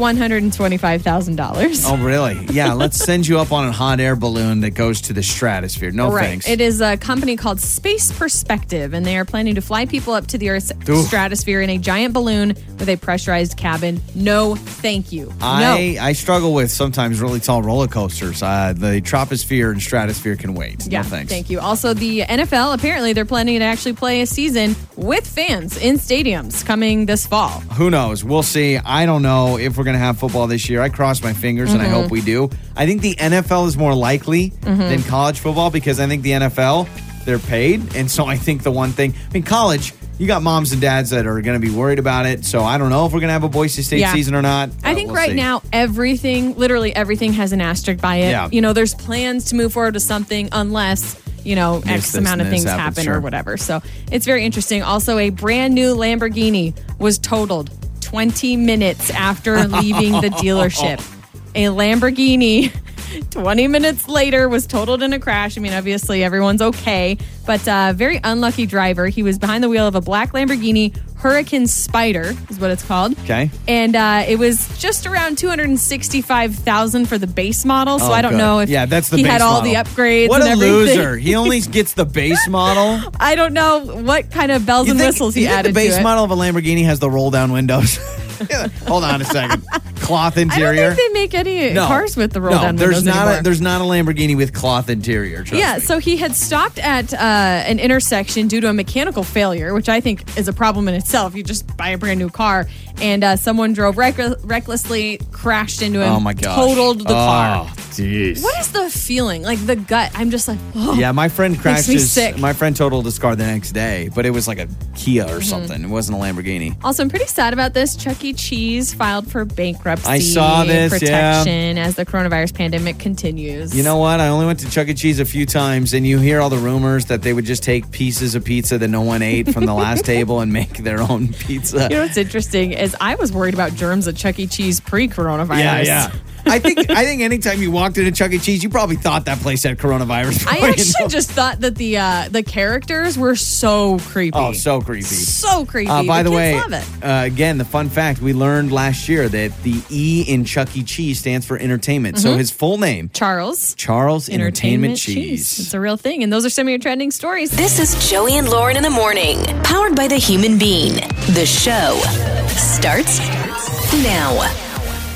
Speaker 4: $125,000.
Speaker 3: Oh, really? Yeah, let's send you up on a hot air balloon that goes to the stratosphere. No
Speaker 4: Right.
Speaker 3: thanks.
Speaker 4: It is a company called Space Perspective, and they are planning to fly people up to the Earth's
Speaker 3: Oof.
Speaker 4: stratosphere in a giant balloon with a pressurized cabin. No, thank you.
Speaker 3: I,
Speaker 4: no.
Speaker 3: I struggle with sometimes really tall roller coasters. Uh, the troposphere and stratosphere can wait.
Speaker 4: Yeah,
Speaker 3: no thanks.
Speaker 4: thank you. Also, the NFL, apparently, they're planning to actually play a season with fans in stadiums coming this fall.
Speaker 3: Who knows? We'll see. I don't know if we're going to have football this year. I cross my fingers and I
Speaker 4: Mm-hmm.
Speaker 3: hope we do. I think the NFL is more likely than college football because I think the NFL, they're paid. And so I think the one thing, I mean, college, you got moms and dads that are going to be worried about it. So I don't know if we're going to have a Boise State
Speaker 4: Yeah.
Speaker 3: season or not.
Speaker 4: I
Speaker 3: but
Speaker 4: think
Speaker 3: we'll
Speaker 4: right
Speaker 3: see.
Speaker 4: now everything, literally everything, has an asterisk by it.
Speaker 3: Yeah.
Speaker 4: You know, there's plans to move forward with something unless you know X
Speaker 3: this
Speaker 4: amount of
Speaker 3: and this
Speaker 4: things
Speaker 3: happens,
Speaker 4: happen or
Speaker 3: sure.
Speaker 4: whatever. So it's very interesting. Also, a brand new Lamborghini was totaled 20 minutes after leaving the dealership. A Lamborghini. 20 minutes later was totaled in a crash. I mean, obviously everyone's okay, but uh, very unlucky driver. He was behind the wheel of a black Lamborghini Hurricane Spider is what it's called
Speaker 3: Okay.
Speaker 4: and uh, it was just around two hundred and sixty-five thousand for the base model. So
Speaker 3: Oh,
Speaker 4: I don't
Speaker 3: good.
Speaker 4: know if
Speaker 3: yeah, that's the
Speaker 4: he
Speaker 3: base
Speaker 4: had all the
Speaker 3: model.
Speaker 4: upgrades.
Speaker 3: What
Speaker 4: and
Speaker 3: a
Speaker 4: everything.
Speaker 3: loser! He only gets the base model.
Speaker 4: I don't know what kind of bells
Speaker 3: You
Speaker 4: and
Speaker 3: think-
Speaker 4: whistles he
Speaker 3: you think
Speaker 4: added
Speaker 3: The base
Speaker 4: to it.
Speaker 3: model of a Lamborghini has the roll down windows. Hold on a second. Cloth
Speaker 4: I don't
Speaker 3: interior.
Speaker 4: think they make any cars with the roll
Speaker 3: no,
Speaker 4: down
Speaker 3: there's
Speaker 4: windows
Speaker 3: not
Speaker 4: anymore.
Speaker 3: a there's not a Lamborghini with cloth interior. Trust
Speaker 4: yeah,
Speaker 3: me.
Speaker 4: so he had stopped at uh, an intersection due to a mechanical failure, which I think is a problem in itself. You just buy a brand new car, and uh, someone drove reck- recklessly, crashed into him,
Speaker 3: oh my gosh,
Speaker 4: totaled the
Speaker 3: oh,
Speaker 4: car.
Speaker 3: Jeez.
Speaker 4: What is the feeling? Like the gut? I'm just like, oh,
Speaker 3: Yeah, my friend crashed.
Speaker 4: me
Speaker 3: his-
Speaker 4: sick.
Speaker 3: My friend totaled his car the next day, but it was like a Kia
Speaker 4: Mm-hmm.
Speaker 3: or something. It wasn't a Lamborghini.
Speaker 4: Also, I'm pretty sad about this. Chuck E. Cheese filed for bankruptcy
Speaker 3: I saw this, yeah.
Speaker 4: protection as the coronavirus pandemic continues.
Speaker 3: You know what? I only went to Chuck E. Cheese a few times, and you hear all the rumors that they would just take pieces of pizza that no one ate from the last table and make their own pizza.
Speaker 4: You know what's interesting is I was worried about germs at Chuck E. Cheese pre-coronavirus.
Speaker 3: I think I think anytime you walked into Chuck E. Cheese, you probably thought that place had coronavirus.
Speaker 4: I
Speaker 3: before you
Speaker 4: actually
Speaker 3: know.
Speaker 4: just thought that the uh, the characters were so creepy.
Speaker 3: oh so creepy.
Speaker 4: So creepy.
Speaker 3: Uh, by the, way,
Speaker 4: kids love it.
Speaker 3: Uh, again, the fun fact we learned last year that the E in Chuck E. Cheese stands for entertainment.
Speaker 4: Mm-hmm.
Speaker 3: So his full name,
Speaker 4: Charles
Speaker 3: Charles Entertainment, Cheese.
Speaker 4: It's a real thing, and those are some of your trending stories.
Speaker 1: This is Joey and Lauren in the morning, powered by the human being. The show starts now.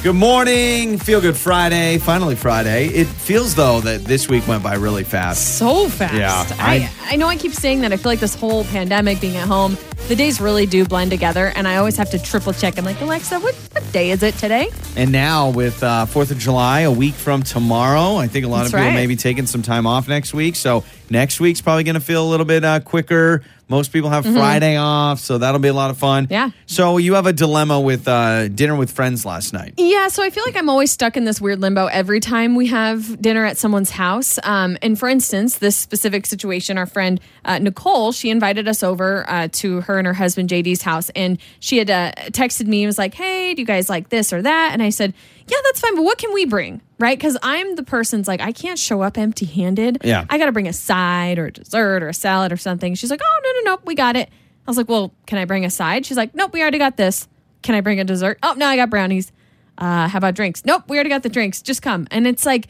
Speaker 3: Good morning, Feel Good Friday. Finally, Friday. It feels though that this week went by really fast.
Speaker 4: so fast.
Speaker 3: Yeah,
Speaker 4: I, I know I keep saying that. I feel like this whole pandemic being at home, the days really do blend together. And I always have to triple check. I'm like, Alexa, what, what day is it today?
Speaker 3: And now with uh, Fourth of July a week from tomorrow, I think a lot
Speaker 4: That's
Speaker 3: of people
Speaker 4: right.
Speaker 3: may be taking some time off next week. So next week's probably going to feel a little bit uh, quicker. Most people have Friday off, so that'll be a lot of fun.
Speaker 4: Mm-hmm. Yeah.
Speaker 3: So you have a dilemma with uh, dinner with friends last night.
Speaker 4: Yeah, so I feel like I'm always stuck in this weird limbo every time we have dinner at someone's house. Um, and for instance, this specific situation, our friend uh, Nicole, she invited us over uh, to her and her husband JD's house, and she had uh, texted me and was like, "Hey, do you guys like this or that?" And I said, "Yeah, that's fine, but what can we bring?" Right? Because I'm the person's like, I can't show up empty-handed.
Speaker 3: Yeah.
Speaker 4: I got to bring a side or a dessert or a salad or something. She's like, "Oh no, no, no, we got it." I was like, "Well, can I bring a side?" She's like, "Nope, we already got this." Can I bring a dessert? Oh no, I got brownies uh, how about drinks? Nope, we already got the drinks. Just come. And it's like,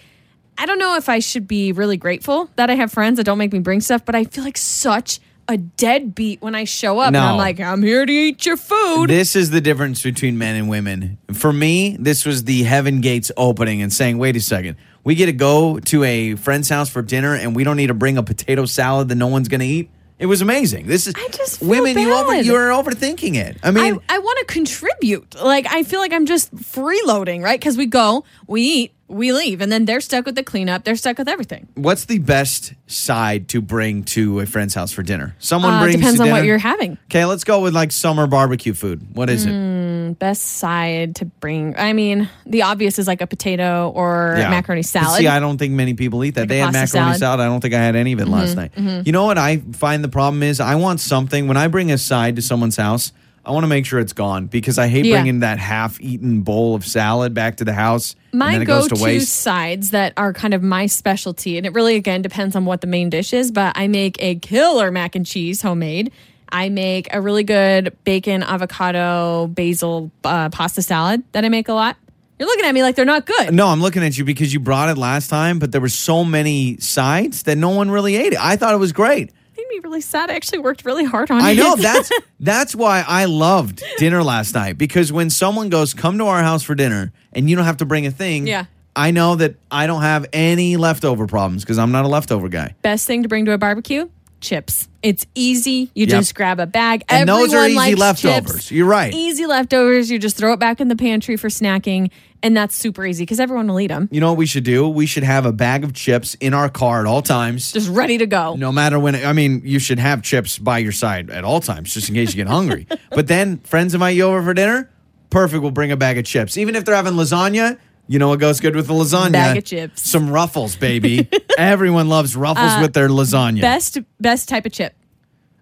Speaker 4: I don't know if I should be really grateful that I have friends that don't make me bring stuff, but I feel like such a deadbeat when I show up and
Speaker 3: No.
Speaker 4: I'm like, I'm here to eat your food.
Speaker 3: This is the difference between men and women. For me, this was the heaven gates opening and saying, wait a second. We get to go to a friend's house for dinner and we don't need to bring a potato salad that no one's going to eat. It was amazing. This is
Speaker 4: I just feel
Speaker 3: women. You over
Speaker 4: bad.
Speaker 3: you're overthinking it. I
Speaker 4: I,
Speaker 3: mean,
Speaker 4: I want to contribute. Like, I feel like I'm just freeloading, right? Because we go, we eat, we leave, and then they're stuck with the cleanup. They're stuck with everything.
Speaker 3: what's the best side to bring to a friend's house for dinner? Someone
Speaker 4: Uh,
Speaker 3: brings
Speaker 4: depends
Speaker 3: to
Speaker 4: on what
Speaker 3: dinner-
Speaker 4: you're having.
Speaker 3: Okay, let's go with like summer barbecue food. What
Speaker 4: Hmm.
Speaker 3: is it?
Speaker 4: Best side to bring. I mean, the obvious is like a potato or
Speaker 3: Yeah.
Speaker 4: macaroni
Speaker 3: But
Speaker 4: salad.
Speaker 3: See, I don't think many people eat that.
Speaker 4: Like a
Speaker 3: they had
Speaker 4: pasta
Speaker 3: macaroni salad.
Speaker 4: salad. Mm-hmm.
Speaker 3: I don't think I had any of it last night. You know what I find the problem is? I want something when I bring a side to someone's house. I want to make sure it's gone because I hate
Speaker 4: Yeah.
Speaker 3: bringing that half-eaten bowl of salad back to the house and then
Speaker 4: my
Speaker 3: it goes
Speaker 4: go
Speaker 3: to
Speaker 4: to
Speaker 3: waste.
Speaker 4: sides that are kind of my specialty, and it really again depends on what the main dish is, but I make a killer mac and cheese homemade. I make a really good bacon, avocado, basil uh, pasta salad that I make a lot. You're looking at me like they're not good.
Speaker 3: No, I'm looking at you because you brought it last time, but there were so many sides that no one really ate it. I thought it was great.
Speaker 4: Made me really sad. I actually worked really hard on it.
Speaker 3: I know that's that's why I loved dinner last night because when someone goes, "Come to our house for dinner," and you don't have to bring a thing,
Speaker 4: Yeah.
Speaker 3: I know that I don't have any leftover problems because I'm not a leftover guy.
Speaker 4: Best thing to bring to a barbecue? Chips. It's easy. You
Speaker 3: Yep.
Speaker 4: just grab a bag.
Speaker 3: And
Speaker 4: Everyone
Speaker 3: those are easy
Speaker 4: likes
Speaker 3: leftovers.
Speaker 4: chips.
Speaker 3: You're right.
Speaker 4: Easy leftovers. You just throw it back in the pantry for snacking, and that's super easy because everyone will eat them.
Speaker 3: You know what we should do? We should have a bag of chips in our car at all times.
Speaker 4: just ready to go.
Speaker 3: No matter when, I mean, you should have chips by your side at all times, just in case you get hungry. But then friends invite you over for dinner. Perfect. We'll bring a bag of chips, even if they're having lasagna. You know what goes good with the lasagna?
Speaker 4: Bag of chips. Uh,
Speaker 3: Some ruffles, baby. Everyone loves ruffles with their lasagna.
Speaker 4: Best best type of chip.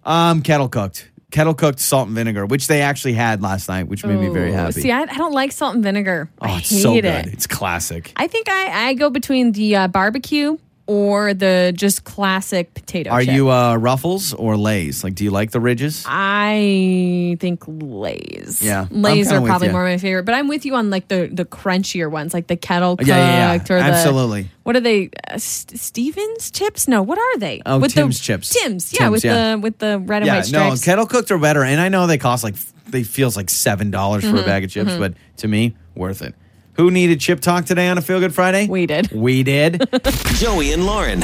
Speaker 3: um, kettle cooked, kettle cooked salt and vinegar, which they actually had last night, which made me very
Speaker 4: Ooh,
Speaker 3: happy.
Speaker 4: See, I, I don't like salt and vinegar. I
Speaker 3: oh, it's
Speaker 4: hate
Speaker 3: so good.
Speaker 4: it.
Speaker 3: It's classic.
Speaker 4: I think I, I go between the uh, barbecue or the just classic potato.
Speaker 3: Are
Speaker 4: chip.
Speaker 3: you uh, ruffles or lays? Like, do you like the ridges?
Speaker 4: I think Lay's.
Speaker 3: Yeah, I'm
Speaker 4: Lay's
Speaker 3: kinda
Speaker 4: are
Speaker 3: with
Speaker 4: probably
Speaker 3: ya.
Speaker 4: more my favorite. But I'm with you on like the the crunchier ones, like the kettle cooked
Speaker 3: Yeah, yeah, yeah.
Speaker 4: or the
Speaker 3: Absolutely.
Speaker 4: What are they? Uh, St- Stevens chips? No, what are they?
Speaker 3: Oh, Tim's
Speaker 4: the,
Speaker 3: chips.
Speaker 4: Tim's, yeah,
Speaker 3: Tim's,
Speaker 4: with
Speaker 3: yeah.
Speaker 4: the with the red and
Speaker 3: yeah,
Speaker 4: white
Speaker 3: no,
Speaker 4: stripes.
Speaker 3: kettle cooked are better, and I know they cost like f- they feels like seven dollars for a bag of chips, but to me, worth it. Who needed chip talk today on a Feel Good Friday?
Speaker 4: We did.
Speaker 3: We did.
Speaker 5: Joey and Lauren.